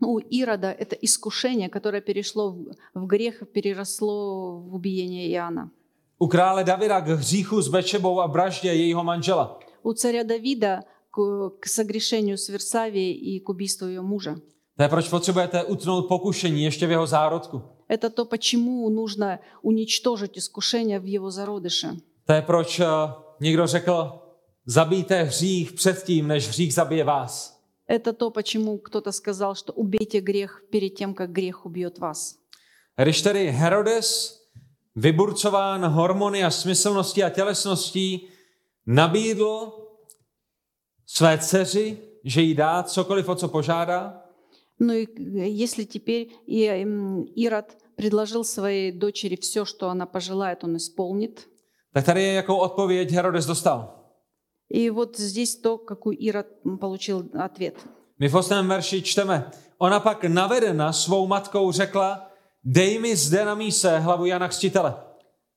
У Ну, Ирода это искушение, которое перешло в- в грех, переросло в убиение Иоанна.
U krále Davida k hříchu s Bečebou a vraždě jejího manžela.
у царя Давида к, к согрешению с Версавией и к убийству ее мужа.
To je proč potřebujete utnout pokušení ještě v jeho zárodku.
Это то, почему нужно уничтожить искушение в его зародыше.
To je proč eh, někdo řekl, zabijte hřích předtím, než hřích zabije vás.
Это то, почему кто-то сказал, что убейте грех перед тем, как грех убьет вас.
Když tedy Herodes, vyburcován hormony a smyslností a tělesností, nabídl své dceři, že jí dá cokoliv, o co požádá,
Ну и э, если теперь и, м, Ирод предложил своей дочери все, что она пожелает, он исполнит.
tak tady je, jakou odpověď Herodes dostal.
И вот здесь то, какой Ирод м, получил ответ.
My v 8. verši čteme. Ona pak navedena svou matkou řekla, dej mi zde na míse hlavu Jana Křtitele.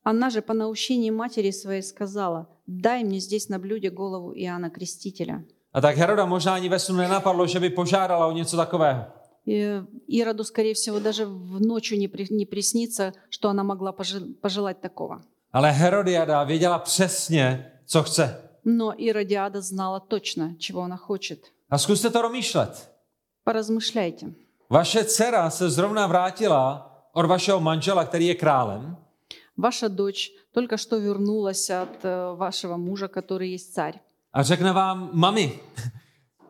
Она же по наущении матери своей сказала, «Дай мне здесь на блюде голову Иоанна Крестителя».
A tak Heroda možná ani ve snu nenapadlo, že by požádala o něco takového.
И Э, Ироду, скорее всего, даже в ночью не, при- не приснится, что она могла пожи- пожелать такого.
Ale Herodiada věděla přesně, co chce.
Но Иродиада знала точно, čего она хочет.
A zkuste to domýšlet.
Поразмышляйте.
Vaše dcera se zrovna vrátila od vašeho manžela, který je králem,
Ваша дочь только что вернулась от э, вашего мужа, который есть царь.
a řekne vám, mami,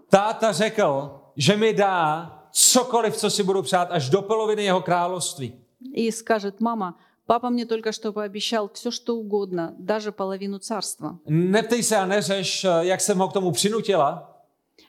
táta řekl, že mi dá cokoliv, co si budu přát, až do poloviny jeho království.
И скажет, «Мама, папа мне только что пообещал все, что угодно, даже половину царства».
Neptej se a neřeš, jak jsem ho k tomu přinutila,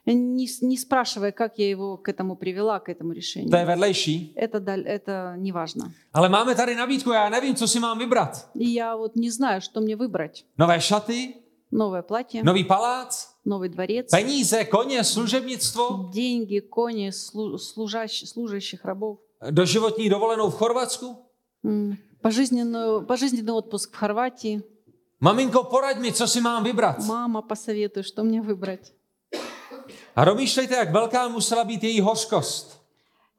Не, с- не спрашивая, как я его к этому привела, к этому решению.
to je vedlejší.
Это, даль- это не важно.
Ale máme tady nabídku, já nevím, co si mám vybrat.
И я вот не знаю, что мне выбрать.
Nové šaty,
Новое платье,
nový palác,
новый дворец,
peníze, koně, služebnictvo,
деньги, кони, слу- служащ- служащих рабов,
doživotní dovolenou v Chorvatsku.
м, пожизненную, пожизненный отпуск в Хорватии.
Maminko, poraď mi, co si mám vybrat.
Мама, посоветуй, что мне vыбрать.
A domýšlejte, jak velká musela být její hořkost.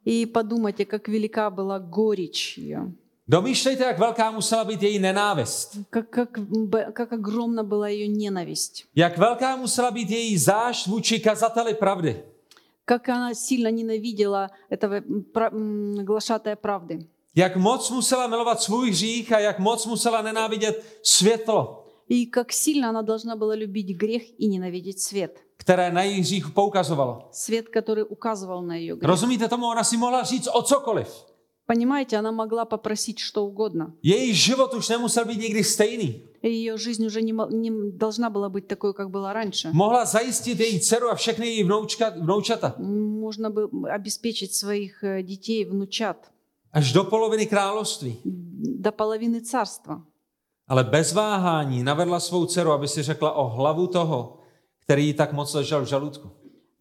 И подумайте, как велика была горечь ее,
Domýšlejte, jak velká musela být její nenávist.
как, как, б- как огромна была ее ненависть,
Jak velká musela být její zášť vůči kazateli pravdy.
как она сильно ненавидела этого м, пра- м, глашатая правды.
Jak moc musela milovat svůj hřích a jak moc musela nenávidět světlo,
И как сильно она должна была любить грех и ненавидеть свет.
které na jejich hřích poukazovalo.
Свет, который указывал на ее грех.
Rozumíte tomu? Ona si mohla říct o cokoliv.
Понимаете, она могла попросить что угодno.
Její život už nemusel být nikdy stejný.
И Ее жизнь уже не, мо- не должна была быть такой, как была раньше.
Mohla zajistit její dceru a všechny její vnoučka, vnoučata.
Можно было обеспечить своих э, детей, внучат
Až do poloviny království.
до половины царства.
Ale bez váhání navedla svou dceru, aby si řekla o hlavu toho, který jí tak moc ležel v žaludku.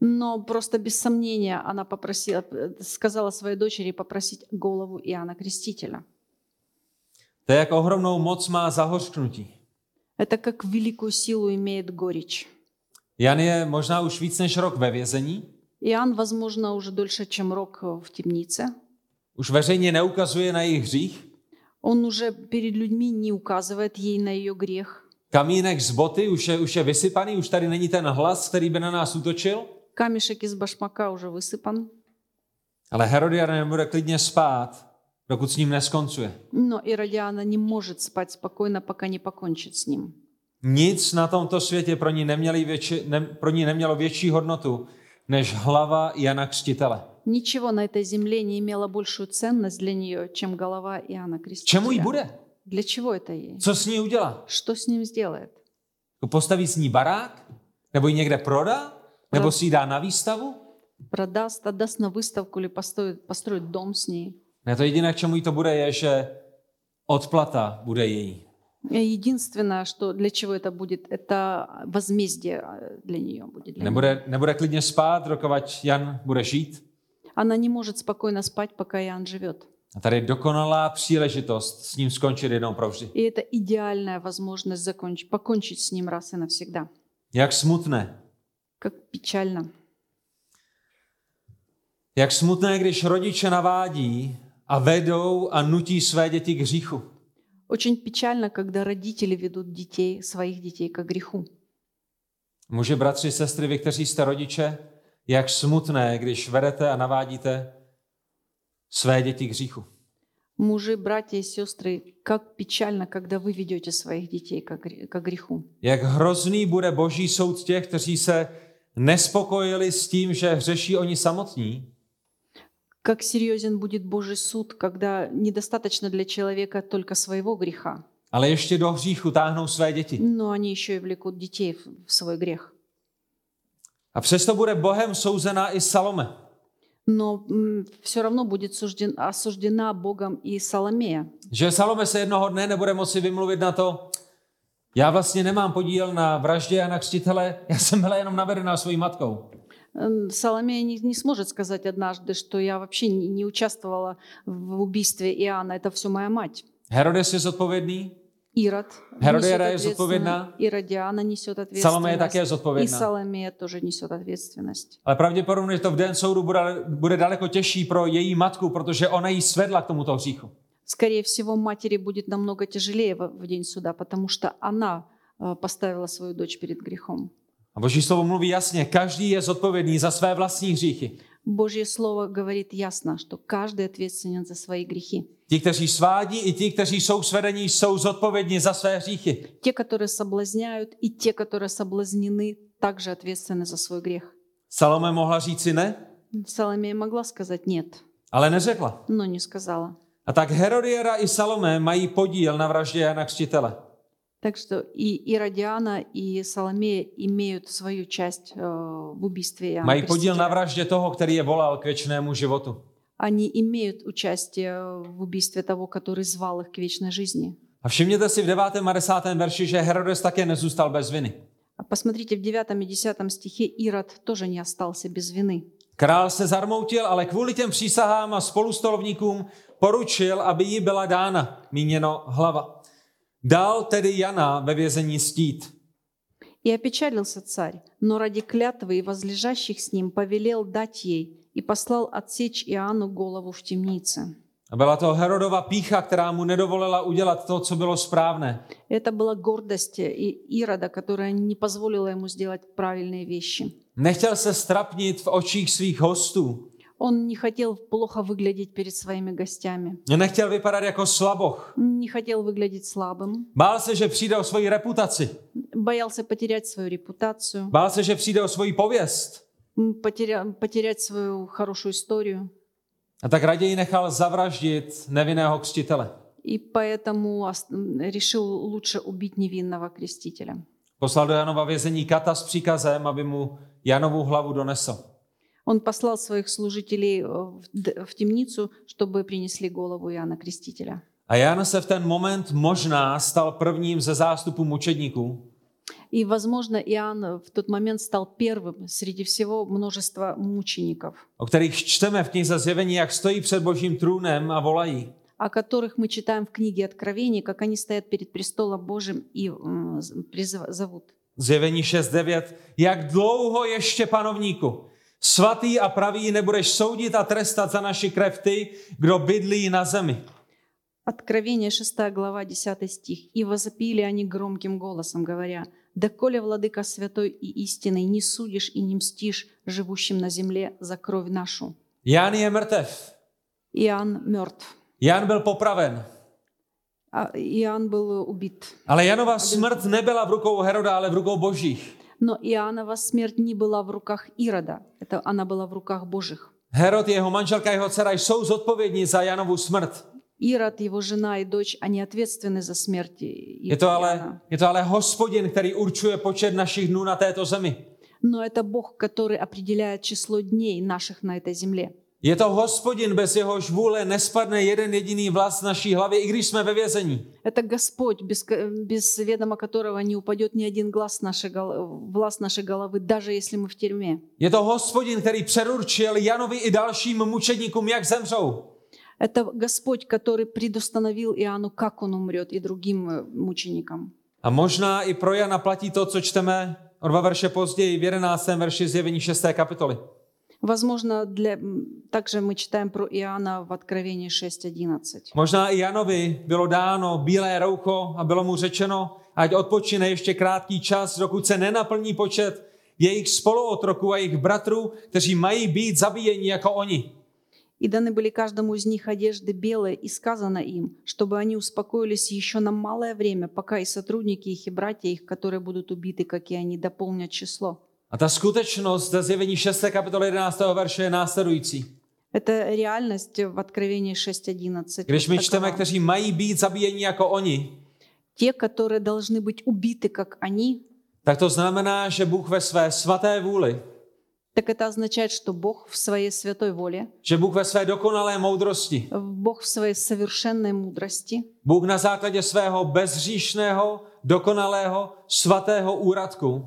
Но просто без сомнения она попросила, сказала своей дочери попросить голову Иоанна Крестителя.
To je, jak ohromnou moc má zahořknutí.
Это как великую силу имеет горечь.
Jan je možná už víc než rok ve vězení,
Иоанн, возможно, уже дольше, чем Рок в темнице.
už veřejně neukazuje na jejich hřích,
Он уже перед людьми не указывает ей на ее грех.
kamínek z boty už je, už je vysypaný, už tady není ten hlas, který by na nás útočil,
Камешек из башмака уже высыпан.
ale Herodian nebude klidně spát, dokud s ním neskoncuje.
Но Иродиана не может спать спокойно, пока не покончит с ним.
Nic na tomto světě pro ní, neměli větši, ne, pro ní nemělo větší hodnotu, než hlava Jana Křtitele.
Ничего на этой земле не имело большую ценность для нее, чем голова Иоанна
K čemu jí
Крестителя.
bude?
Для чего это ей?
Co s ní udělá?
Что с ним сделает?
Postaví s ní barák? Nebo ji někde prodá? Nebo si ji dá na výstavu?
Продаст, отдаст на выставку или построит, построит дом с ней?
Ne, to jediné, k čemu jí to bude, je, že odplata bude její.
И Единственное, что для чего это будет, это возмездие э, для нее будет. для неё.
Nebude, nebude klidně spát, dokovat Jan bude žít.
Она не может спокойно спать, пока Иоанн живет.
A tady je dokonalá příležitost s ním skončit jednou provždy.
И это идеальная возможность законч- покончить с ним раз и навсегда.
Jak smutné.
Как печально.
Jak smutné, když rodiče navádí a vedou a nutí své děti k hříchu.
Очень печально, когда родители ведут детей, своих детей к греху.
Muži, bratři, sestry, vy, kteří jste rodiče, jak smutné, když vedete a navádíte své děti k hříchu.
Мужи, братья и сестры, как печально, когда вы ведете своих детей к гре- к греху.
Jak hrozný bude boží soud těch, kteří se nespokojili s tím, že hřeší oni samotní,
Как серьезен будет Божий суд, когда недостаточно для человека только своего греха,
ale ještě do hříchu táhnou své děti.
но они еще и влекут детей в в свой грех.
A přesto bude Bohem souzená i Salome.
Но все равно будет сужден- осуждена Богом и Соломея,
Že Salome se jednoho dne nebude moci vymluvit na to, já vlastně nemám podíl na vraždě a na křtitele, já jsem byla jenom navedená svojí matkou.
М, Соломея не, не сможет сказать однажды, что я вообще не, не участвовала в убийстве Иоанна, это все моя мать.
Herodes je zodpovědný,
Ирод
Herodiada
несет
je zodpovědná.
ответственность, Иродиана несет
Salome je
ответственность.
také
И
zodpovědná.
Соломея тоже несет ответственность.
Ale pravděpodobně to v den soudu bude, bude daleko těžší pro její matku, protože ona ji svedla k tomuto hříchu.
Скорее всего, матери будет намного тяжелее во- в день суда, потому что она э, поставила свою дочь перед грехом.
A Boží slovo mluví jasně, každý je zodpovědný za své vlastní hříchy.
Божье слово говорит ясно, что каждый ответственен за свои грехи.
Ti, kteří svádí, i ti, kteří jsou svedení, jsou zodpovědní za své hříchy.
Те, которые соблазняют, и те, которые соблазнены, также ответственны за свой грех.
Salome mohla říci ne,
Соломея могла сказать «нет»,
ale neřekla.
но не сказала.
A tak Herodiera i Salome mají podíl na vraždě Jana Křtitele.
Так что и Иродиана, и Соломея имеют свою часть э, в убийстве Иоанна
Mají podíl
Крестителя.
na vraždě toho, který je volal k věčnému životu.
Они имеют участие э, в убийстве того, который звал их к вечной жизни.
A všimněte si v 9. a 10. verši, že Herodes také nezůstal bez viny.
А Посмотрите, в 9 и 10 стихе Ирод тоже не остался без вины.
Král se zarmoutil, ale kvůli těm přísahám a spolustolovníkům poručil, aby jí byla dána, míněno hlava. Dal tedy Jana ve vězení stít.
«И опечалился царь, но ради клятвы и возлежащих с ним повелел дать ей и послал отсечь Иоанну голову в темнице».
A byla to Herodova pícha, která mu nedovolila udělat to, co bylo správné.
Это была гордость э, и Ирода, которая не позволила ему сделать правильные вещи.
Nechtěl se strapnit v očích svých hostů.
Он не хотел плохо выглядеть перед своими гостями,
Nechtěl vypadat jako slaboch.
не хотел выглядеть слабым,
Bál se, že přijde o svoji reputaci.
боялся потерять свою репутацию,
Bál se, že přijde o svoji pověst.
м, потеря- потерять свою хорошую историю.
A tak raději nechal zavraždit nevinného křtitele.
И поэтому ос- м, решил лучше убить невинного крестителя.
Poslal do Janova vězení kata s příkazem, aby mu Janovu hlavu donesl.
Он послал своих служителей э, в д- в темницу, чтобы принесли голову Иоанна Крестителя.
A Jan se v ten moment možná stal prvním ze zástupu mučedníků,
И, возможно, Иоанн в тот момент стал первым среди всего множества мучеников,
o kterých čteme v knize Zjevení, jak stojí před Božím trůnem a volají.
о которых мы читаем в книге Откровений, как они стоят перед престолом Божьим и м, з- призв- зовут.
Zjevení 6.9. Jak dlouho ještě, panovníku? Svatý a pravý nebudeš soudit a trestat za naši krev ty, kdo bydlí na zemi.
Откровение 6 глава 10 стих. «И возопили они громким голосом, говоря, «Доколе, владыка святой и истинный, не судишь и не мстишь живущим на земле за кровь нашу».
Jan je mrtev.
Иоанн мертв.
Jan byl popraven.
А Иоанн был убит.
Ale Janova smrt nebyla v rukou Heroda, ale v rukou božích.
Но Иоаннова смерть не была в руках Ирода, это она была в руках Божьих.
Herod, jeho manželka, jeho dcera jsou zodpovědní za Janovu smrt.
Ирод, его жена и дочь, они ответственны за смерть И-
Je to ale,
Иоанна.
je to ale hospodin, který určuje počet našich dnů na této zemi.
Но это Бог, который определяет číslo дней našich на этой земле.
Je to hospodin, bez jehož vůle nespadne jeden jediný vlast z naší hlavy, i když jsme ve vězení.
Это Господь, без, ко- без ведома которого не упадет ни один глаз нашей, гол- глаз нашей головы, даже если мы в тюрьме.
Je to hospodin, který předurčil Janovi i dalším mučedníkům, jak zemřou.
Это Господь, который предустановил Иоанну, как он умрет, и другим э, мученикам.
A možná i pro Jana platí to, co čteme o dva verše později v 11. verši zjevení 6. kapitoly.
Возможно, для... м, также мы читаем про Иоанна в Откровении 6.11.
Možná i Janovi bylo dáno bílé roucho a bylo mu řečeno, ať odpočine ještě krátký čas, dokud se nenaplní počet jejich spoluotroků a jejich bratrů, kteří mají být zabíjeni jako oni.
«И даны были каждому из них одежды белые, и сказано им, чтобы они успокоились еще на малое время, пока и сотрудники их, и братья их, которые будут убиты, как и они, дополнят число».
A ta skutečnost ze zjevení 6. kapitoly 11. verše je následující.
Это реальность в Откровении 6.11.
Když my
Вот
čteme,
такова.
kteří mají být zabíjeni jako oni,
Те, которые должны быть убиты, как они,
tak to znamená, že Bůh ve své svaté vůli,
так это означает, что Бог в своей святой воле,
že Bůh ve své dokonalé moudrosti,
Бог в своей совершенной мудрости,
Bůh na základě svého bezříšného, dokonalého, svatého úradku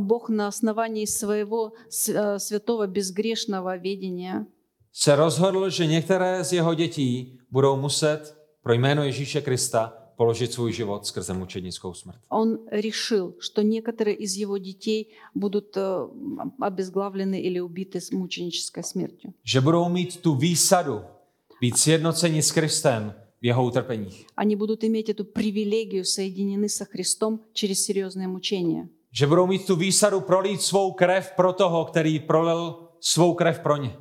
Бог на основании своего с- э, святого безгрешного ведения
se rozhodl, že některé z jeho dětí budou muset pro jméno Ježíše Krista položit svůj život skrze mučednickou smrt.
он решил, что некоторые из его детей будут э, обезглавлены или убиты с мученической смертью.
Že budou mít tu výsadu být sjednoceni s Kristem v jeho utrpeních.
Они будут иметь эту привилегию, соединены со Христом через серьезное мучение.
Že budou mít tu výsadu prolít svou krev pro toho, který prolil svou krev pro ně.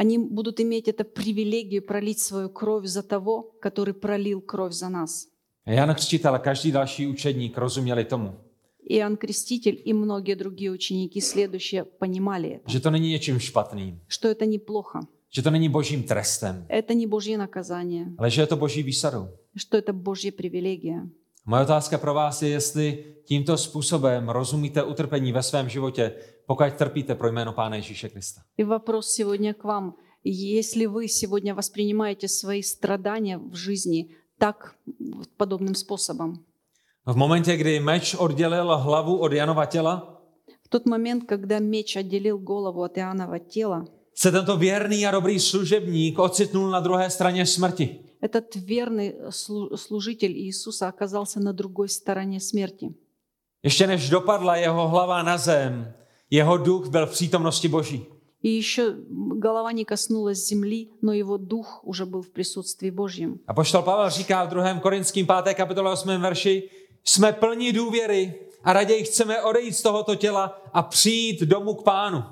Они будут иметь эту привилегию пролить свою кровь за того, который пролил кровь за нас.
Jan Křtitel a každý další učedník rozuměli tomu,
Иоанн Креститель и многие другие ученики следующие понимали это,
že to není něčím špatným,
что это неплохо,
že to není božím trestem,
это не Божье наказание,
ale že je to boží výsadou.
что это Божья привилегия.
Moje otázka pro vás je, jestli tímto způsobem rozumíte utrpení ve svém životě, pokud trpíte pro jméno Pána Ježíše Krista.
И вопрос сегодня к вам. Если вы сегодня воспринимаете свои страдания в жизни так, вот подобным способом,
No, V momentě, kdy meč oddělil hlavu od Janova těla,
в тот момент, когда меч отделил голову от Иоаннова тела,
se tento věrný a dobrý služebník ocitnul na druhé straně smrti.
этот верный э, слу- служитель Иисуса оказался на другой стороне смерти.
Ještě než dopadla jeho hlava na zem, jeho duch byl v přítomnosti Boží.
И еще голова не коснулась земли, но его дух уже был в присутствии Божьем.
A poštol Pavel říká v 2. Korinským 5. kapitole 8. verši, jsme plní důvěry a raději chceme odejít z tohoto těla a přijít domů k pánu.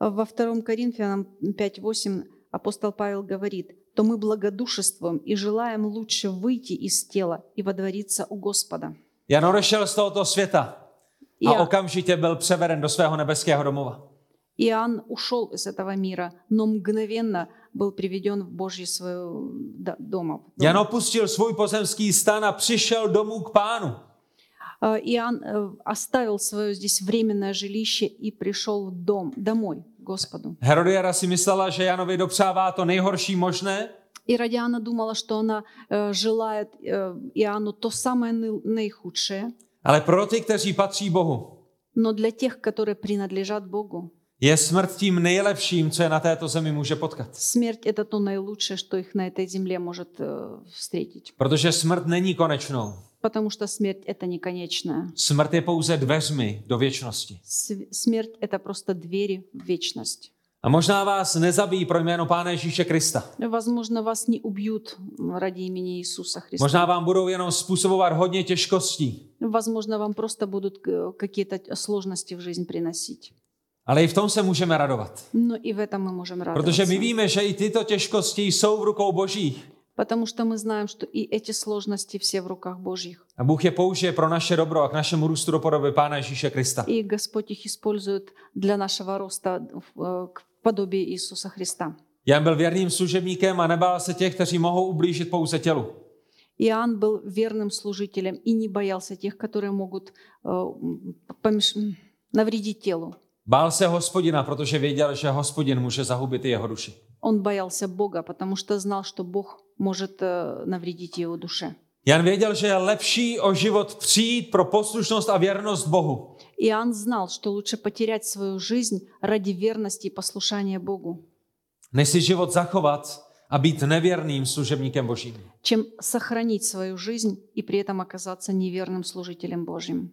А Во 2 Коринфянам 5.8 апостол Павел говорит, то мы благодушествуем и желаем лучше выйти из тела и водвориться у Господа.
Jan odešel z tohoto světa a
Иоанн,
okamžitě byl převeden do svého nebeského domova.
Иоанн ушел из этого мира, но мгновенно был приведен в Божье свое до- дома.
Jan opustil svůj pozemský stan a přišel domů k pánu.
А, Иоанн э, оставил свое здесь временное жилище и пришел в дом, домой к Господу.
Herodiara si myslela, že Janovi dopřává to nejhorší možné,
И Родиана думала, что она э, желает э, Иоанну то самое ны- наихудшее,
Ale pro ty, kteří patří Bohu,
Но для тех, которые принадлежат Богу,
je smrt tím nejlepším, co je na této zemi může potkat.
смерть – это то наилучшее, что их на этой земле может э, встретить.
Protože smrt není konečnou.
Потому что смерть – это не конечная.
Smrt je pouze dveřmi do věčnosti.
Св- Смерть – это просто двери в вечность.
A možná vás nezabijí pro jméno Pána Ježíše Krista.
Возможно, вас не убьют ради имени Иисуса Христа.
Možná vám budou jenom způsobovat hodně těžkostí.
Возможно, вам просто будут э, какие-то сложности в жизнь приносить.
Ale i v tom se můžeme radovat.
Но и в этом мы можем радоваться.
Protože my víme, že i tyto těžkosti jsou v rukou Boží.
Потому что мы знаем, что и эти сложности все в руках Божьих.
A Bůh je použije pro naše dobro a k našemu růstu do podoby Pána Ježíše Krista.
И Господь их использует для нашего роста э, к подобию Иисуса Христа.
Jan byl věrným služebníkem a nebál se těch, kteří mohou ublížit pouze tělu.
Иоанн был верным служителем и не боялся тех, которые могут э, м, помеш- м, навредить телу.
Bál se hospodina, protože věděl, že hospodin může zahubit i jeho duši.
Он боялся Бога, потому что знал, что Бог может э, навредить его душе.
Jan věděl, že je lepší o život přijít pro poslušnost a věrnost Bohu,
Иоанн знал, что лучше потерять свою жизнь ради верности и послушания Богу,
než si život zachovat a být nevěrným služebníkem Božím.
чем сохранить свою жизнь и при этом оказаться неверным служителем Божьим.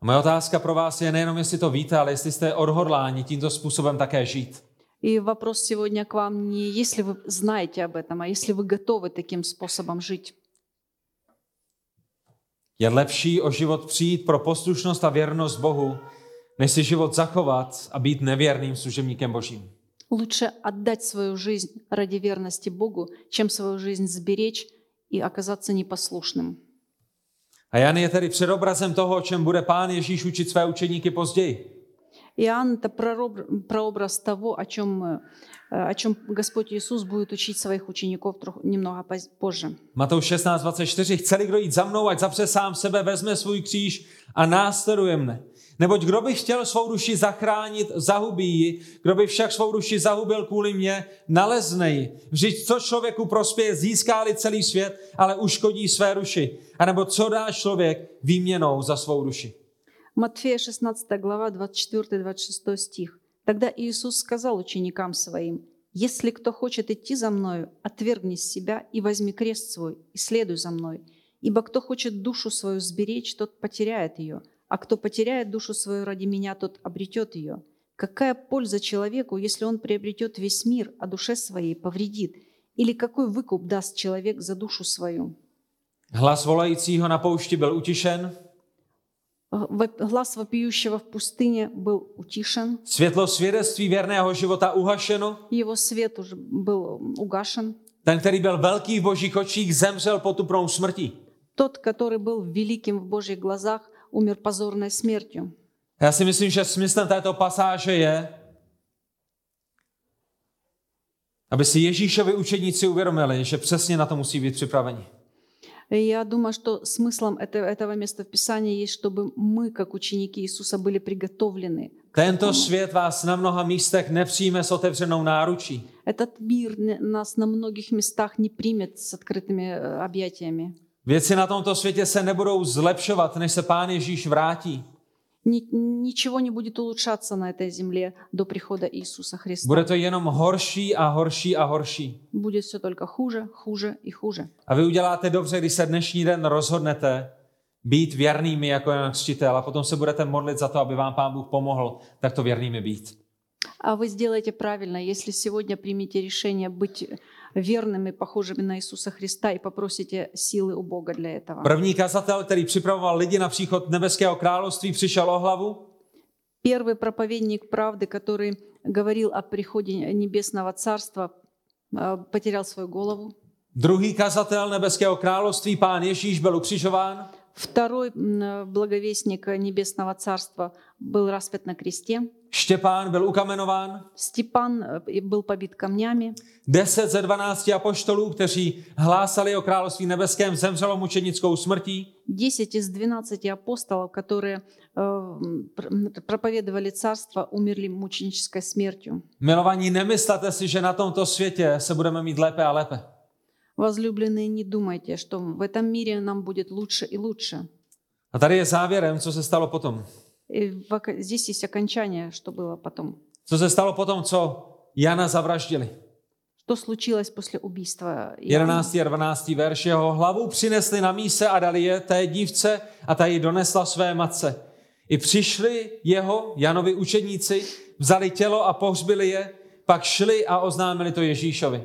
A moje otázka pro vás je nejenom, jestli to víte, ale jestli jste odhodláni tímto způsobem také žít.
И вопрос сегодня к вам не если вы знаете об этом, а если вы готовы таким способом жить.
Je lepší o život přijít pro poslušnost a věrnost Bohu, než si život zachovat a být nevěrným služebníkem Božím.
Лучше отдать свою жизнь ради верности Богу, чем свою жизнь сберечь и оказаться непослушным.
A Jan je tedy předobrazem toho, o čem bude pán Ježíš učit své učeníky později.
Иоанн – это пророб- прообраз того, о чем, э, о чем Господь Иисус будет учить своих учеников трох- немного поз- позже.
Matouš 16, 24. Chce-li kdo jít za mnou, ať zapře sám sebe, vezme svůj kříž a následuje mne. Neboť kdo by chtěl svou duši zachránit, zahubí ji. Kdo by však svou duši zahubil kvůli mně, nalezne ji. Vždyť co člověku prospěje, získá-li celý svět, ale uškodí své duši. A nebo co dá člověk výměnou za svou duši.
Матфея 16 глава 24-26 стих. Тогда Иисус сказал ученикам своим, «Если кто хочет идти за Мною, отвергни себя и возьми крест свой, и следуй за Мной. Ибо кто хочет душу свою сберечь, тот потеряет ее, а кто потеряет душу свою ради Меня, тот обретет ее. Какая польза человеку, если он приобретет весь мир, а душе своей повредит? Или какой выкуп даст человек за душу свою?»
Hlas volajícího na poušti byl utišen,
Г- воп- Глаз вопиющего в пустыне был утишен,
světlo svědectví věrného života uhašeno,
Его свет уже был угашен.
Ten, který byl velký v božích očích, zemřel potupnou smrtí.
Тот, который был великим в Божьих глазах, умер позорной смертью.
Já si myslím, že smyslem této pasáže je, aby si Ježíšovi učedníci uvědomili, že přesně na to musí být připraveni.
И я думаю, что смыслом это- этого места в Писании есть, чтобы мы, как ученики Иисуса, были приготовлены.
Tento svět vás na mnoha místech nepřijme s otevřenou náručí.
Этот мир н- нас на многих местах не примет с открытыми э, объятиями.
Věci na tomto světě se nebudou zlepšovat, než se Pán Ježíš vrátí.
Ни- ничего не будет улучшаться на этой земле до прихода Иисуса Христа.
Bude to jenom horší a horší a horší.
Будет все только хуже, хуже и хуже.
A vy uděláte dobře, když se dnešní den rozhodnete být věrnými jako jen křtitel a potom se budete modlit za to, aby vám Pán Bůh pomohl takto věrnými být.
А вы сделаете правильно, если сегодня примете решение быть верными, похожими на Иисуса Христа и попросите силы у Бога для этого.
První kazatel, který připravoval lidi na příchod nebeského království, přišel o hlavu.
Первый проповедник правды, который говорил о приходе Небесного Царства, э, потерял свою голову.
Druhý kazatel nebeského království, pán Ježíš, byl ukřižován.
Второй м, э, благовестник Небесного Царства был распят на кресте.
Štěpán byl ukamenován.
Степан э, и был побит камнями.
Deset ze 12 apoštolů, kteří hlásali o království nebeském, zemřelo mučenickou smrtí.
Десять из двенадцати апостолов, которые э, м, пр- м, проповедовали царство, умерли мученической смертью.
Milovaní, nemyslete si, že na tomto světě se budeme mít lépe a lépe.
Возлюбленные, не думайте, что в этом мире нам будет лучше и лучше.
A tady je závěrem, co se stalo potom.
И в око- Здесь есть окончание, что было потом.
Co se stalo potom, co Jana zavraždili.
Что случилось после убийства? Иоанна?
11. a 12. verš jeho hlavu přinesli na míse a dali je té dívce a ta ji donesla své matce. I přišli jeho, Janovi učedníci, vzali tělo a pohřbili je, pak šli a oznámili to Ježíšovi.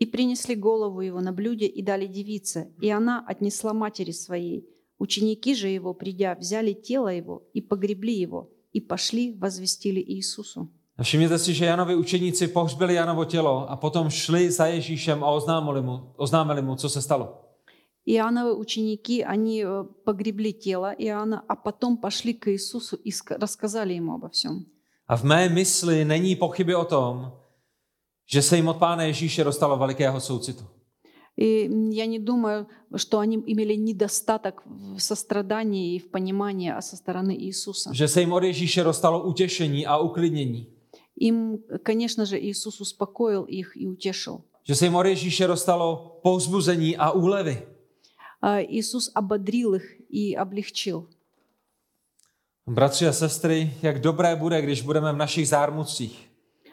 И принесли голову его на блюде и дали девице, и она отнесла матери своей. Ученики же его, придя, взяли тело его и погребли его, и пошли, возвестили Иисусу.
A všimněte si, že Janovi učedníci pohřbili Janovo tělo a potom šli za Ježíšem a oznámili mu, oznámili mu co se stalo.
Иоанновы ученики, они э, погребли тело Иоанна, а потом пошли к Иисусу и ск- рассказали ему обо всем.
A v mé mysli není pochyby o tom, že se jim od Pána Ježíše dostalo velikého soucitu.
И м, я не думаю, что они имели недостаток в сострадании и в понимании а со стороны Иисуса.
Že se jim od Ježíše dostalo utěšení a uklidnění.
Им, конечно же, Иисус успокоил их и утешил.
Že se jim od Ježíše dostalo pouzbuzení a úlevy.
А, Иисус ободрил их и облегчил.
Bratři a sestry, jak dobré bude, když budeme v našich zármucích,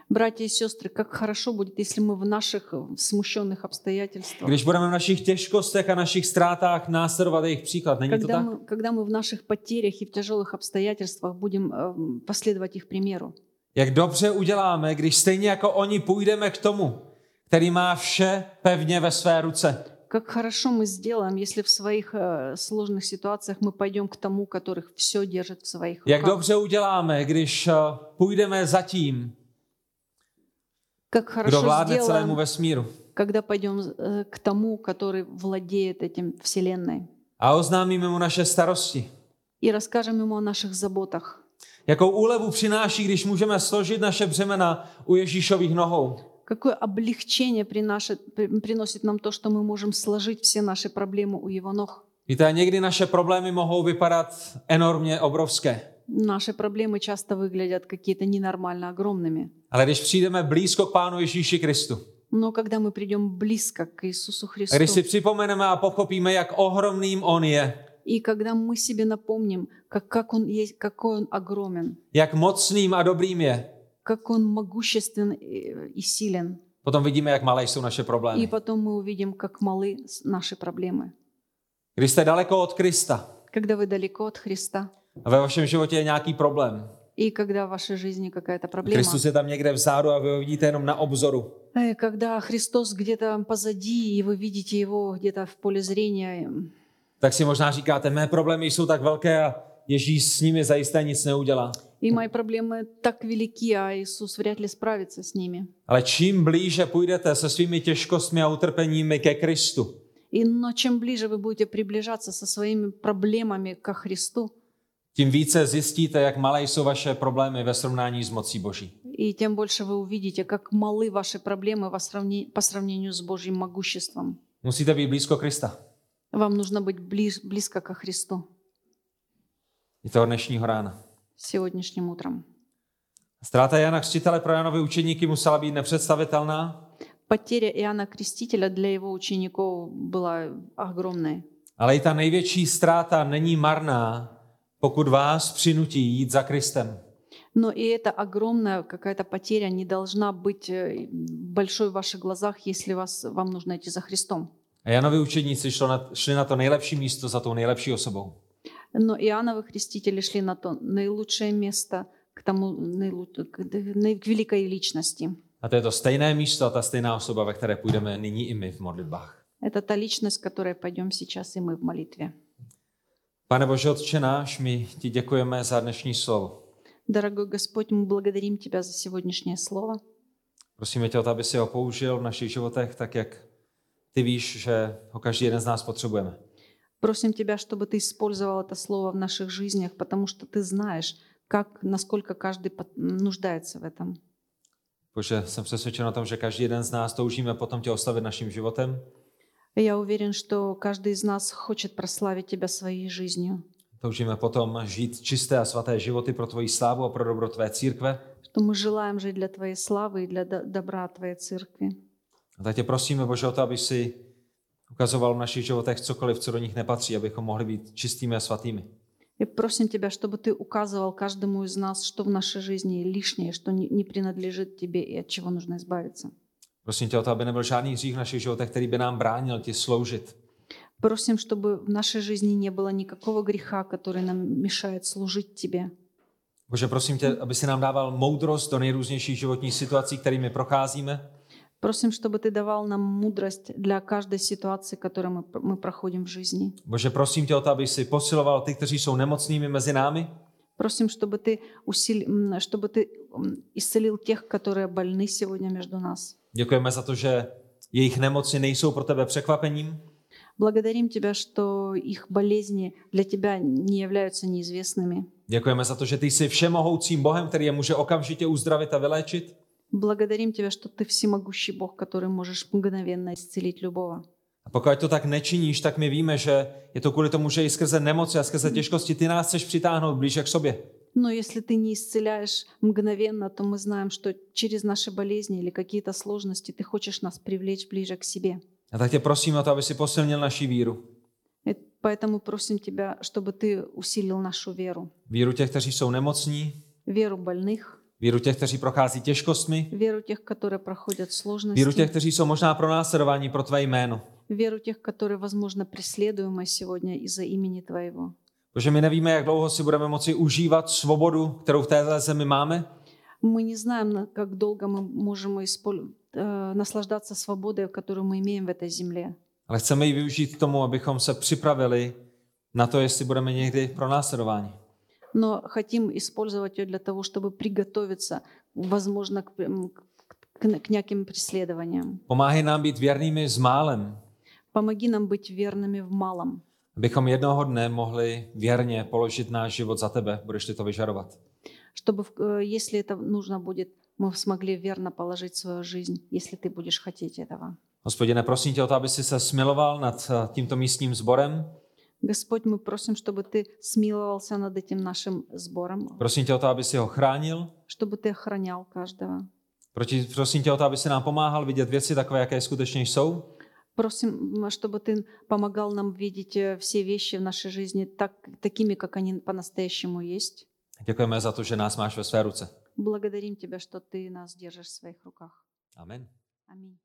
Братья и сестры, как хорошо будет, если мы в наших э, смущенных обстоятельствах,
když budeme v našich těžkostech a našich ztrátách následovat jejich příklad. Není to
когда
tak?
мы, когда мы в наших потерях и в тяжелых обстоятельствах будем эм, последовать их примеру.
Jak dobře uděláme, když stejně jako oni půjdeme k tomu, který má vše pevně ve své ruce.
Как хорошо мы сделаем, если в своих э, сложных ситуациях мы пойдем к тому, которых все держит в своих
Jak
руках.
dobře uděláme, když eh, půjdeme za tím,
Как
kdo
хорошо
vládne celému
сделаем,
vesmíru
когда пойдем э, к тому, который владеет этим Вселенной.
a oznámíme mu naše starosti.
И расскажем ему о наших заботах.
Jakou úlevu přináší, když můžeme složit naše břemena u Ježíšových nohou.
Какое облегчение принашет- при- приносит нам то, что мы можем сложить все наши проблемы у Его ног.
Víte, někdy naše problémy mohou vypadat enormně obrovské,
Наши проблемы часто выглядят какие-то ненормально огромными.
ale když přijdeme blízko k Pánu Ježíši Kristu,
Но когда мы придем близко к Иисусу
a
Христу,
když si připomeneme a pochopíme, jak ohromným On je,
и когда мы себе напомним, как, как он есть, какой он огромен,
jak mocným a dobrým je,
как он могуществен э, и, и силен,
potom vidíme, jak malé jsou naše
и
problémy.
потом мы увидим, как малы с- наши проблемы.
Když jste daleko od Krista
Когда вы далеко от Христа,
a ve vašem životě je nějaký problém,
и когда в вашей жизни какая-то проблема,
Kristus je tam někde vzadu a vy ho vidíte jenom na obzoru.
Э, Когда Христос где-то позади, и вы видите его где-то в поле зрения, э,
Tak si možná říkáte, mé problémy jsou tak velké a Ježíš s nimi zajisté nic neudělá.
и мои проблемы так велики, а Иисус вряд ли справится с ними.
Ale čím blíže půjdete se svými těžkostmi a utrpeními ke Kristu,
И, но чем ближе вы будете приближаться со своими проблемами ко Христу,
tím více zjistíte, jak malé jsou vaše problémy ve srovnání s mocí Boží.
и тем больше вы увидите, как малы ваши проблемы во сравне- по сравнению с Божьим могуществом.
Musíte být blízko Krista.
Вам нужно быть близ- близко ко Христу
I toho dnešního rána.
сегодняшним утром.
Ztráta Jana Křtitele pro Janovi učeníky musela být nepředstavitelná,
Потеря Иоанна Крестителя для его учеников была огромной.
ale i ta největší ztráta není marná, pokud vás přinutí jít za Kristem.
Но и эта огромная какая-то потеря не должна быть э, большой в ваших глазах, если вас, вам нужно идти за Христом.
A Janovi učedníci šlo na, šli na to nejlepší místo za tou nejlepší osobou.
Но Иоанновы крестители шли на то наилучшее место, к тому наилу- к д- наи- к великой личности.
A to je to stejné místo a ta stejná osoba, ve které půjdeme nyní i my v modlitbách.
Это та личность, к которой пойдем сейчас и мы в молитве.
Pane Bože, Otče náš, my ti děkujeme za dnešní slovo.
Дорогой Господь, мы благодарим Тебя за сегодняшнее слово.
Prosíme tě o to, aby si ho použil v našich životech tak, jak ty víš, že ho každý jeden z nás potřebujeme.
Просим Тебя, чтобы Ты использовал это слово в наших жизнях, потому что Ты знаешь, как, насколько каждый пот- нуждается в этом.
Bože, jsem přesvědčen o tom, že každý jeden z nás toužíme potom tě oslavit naším životem.
Я uверен, что каждый из нас хочет прославить Тебя своей жизнью,
Toužíme potom žít čisté a svaté životy pro tvoji slávu a pro dobro tvé církve.
что мы желаем жить для Твоей славы и для до- добра Твоей церкви.
A tak tě prosíme, Bože, o to, aby si ukazoval v našich životech cokoliv, co do nich nepatří, abychom mohli být čistými a svatými.
И просим Тебя, чтобы Ты указывал каждому из нас, что в нашей жизни лишнее, что не не принадлежит Тебе и от чего нужно избавиться.
Prosím tě o to, aby nebyl žádný hřích v našich životech, který by nám bránil ti sloužit.
Просим, чтобы в нашей жизни не было никакого греха, который нам мешает служить Тебе.
Bože, prosím tě, aby si nám dával moudrost do nejrůznějších životních situací, kterými procházíme.
Просим, чтобы Ты давал нам мудрость для каждой ситуации, которую мы, мы проходим в жизни.
Bože, prosím tě o to, aby si posiloval ty, kteří jsou nemocnými mezi námi.
Просим, чтобы Ты, усили... м, чтобы ты м, исцелил тех, которые больны сегодня между нас.
Děkujeme za to, že jejich nemoci nejsou pro tebe překvapením,
Благодарим Тебя, что их болезни для Тебя не являются неизвестными.
Děkujeme za to, že ty jsi všemohoucím Bohem, který je může okamžitě uzdravit a vyléčit.
Благодарим Тебя, что Ты всемогущий Бог, который можешь мгновенно исцелить любого.
A pokud to tak nečiníš, tak my víme, že je to kvůli tomu, že i skrze nemoci a skrze těžkosti ty nás chceš přitáhnout blíže k sobě.
Но если Ты не исцеляешь мгновенно, то мы знаем, что через наши болезни или какие-то сложности Ты хочешь нас привлечь ближе к себе.
A tak tě prosím o to, aby si posilnil naši víru.
И Э, поэтому просим Тебя, чтобы Ты усилил нашу веру.
Víru těch, kteří jsou nemocní,
Веру больных,
víru těch, kteří prochází těžkostmi,
веру тех, которые проходят
víru
сложности,
těch, kteří jsou možná pronásledováni pro tvé jméno.
веру тех, которые, возможно, преследуемы сегодня из-за имени Твоего.
Protože my nevíme, jak dlouho si budeme moci užívat svobodu, kterou v této zemi máme,
Мы не знаем, на- как долго мы можем испол- э, наслаждаться свободой, которую мы имеем в этой земле.
ale chceme ji využít k tomu, abychom se připravili na to, jestli budeme někdy pronásledováni.
Но хотим использовать ее для того, чтобы приготовиться, возможно, к, м, к- к- к неким преследованиям.
Pomáhej nám být věrnými s málem,
Помоги нам быть верными в малом,
abychom jednoho dne mohli věrně položit náš život za tebe, budeš-li to vyžadovat.
чтобы, в- э, если это нужно будет, мы смогли верно положить свою жизнь, если ты будешь хотеть этого.
Hospodine, prosím tě o to, aby jsi se smiloval nad eh, tímto místním sborem.
Господь, мы просим, чтобы Ты смиловался над этим нашим сбором,
Prosím tě o to, aby si ho chránil.
чтобы Ты охранял каждого.
Proti, prosím tě o to, aby si nám pomáhal vidět věci takové, jaké skutečně jsou.
Просим, м, чтобы Ты помогал нам видеть э, все вещи в нашей жизни так, такими, как они по-настоящему есть.
Děkujeme za to, že nás máš ve své ruce.
Благодарим Тебя, что Ты нас держишь в своих руках.
Amen.
Аминь.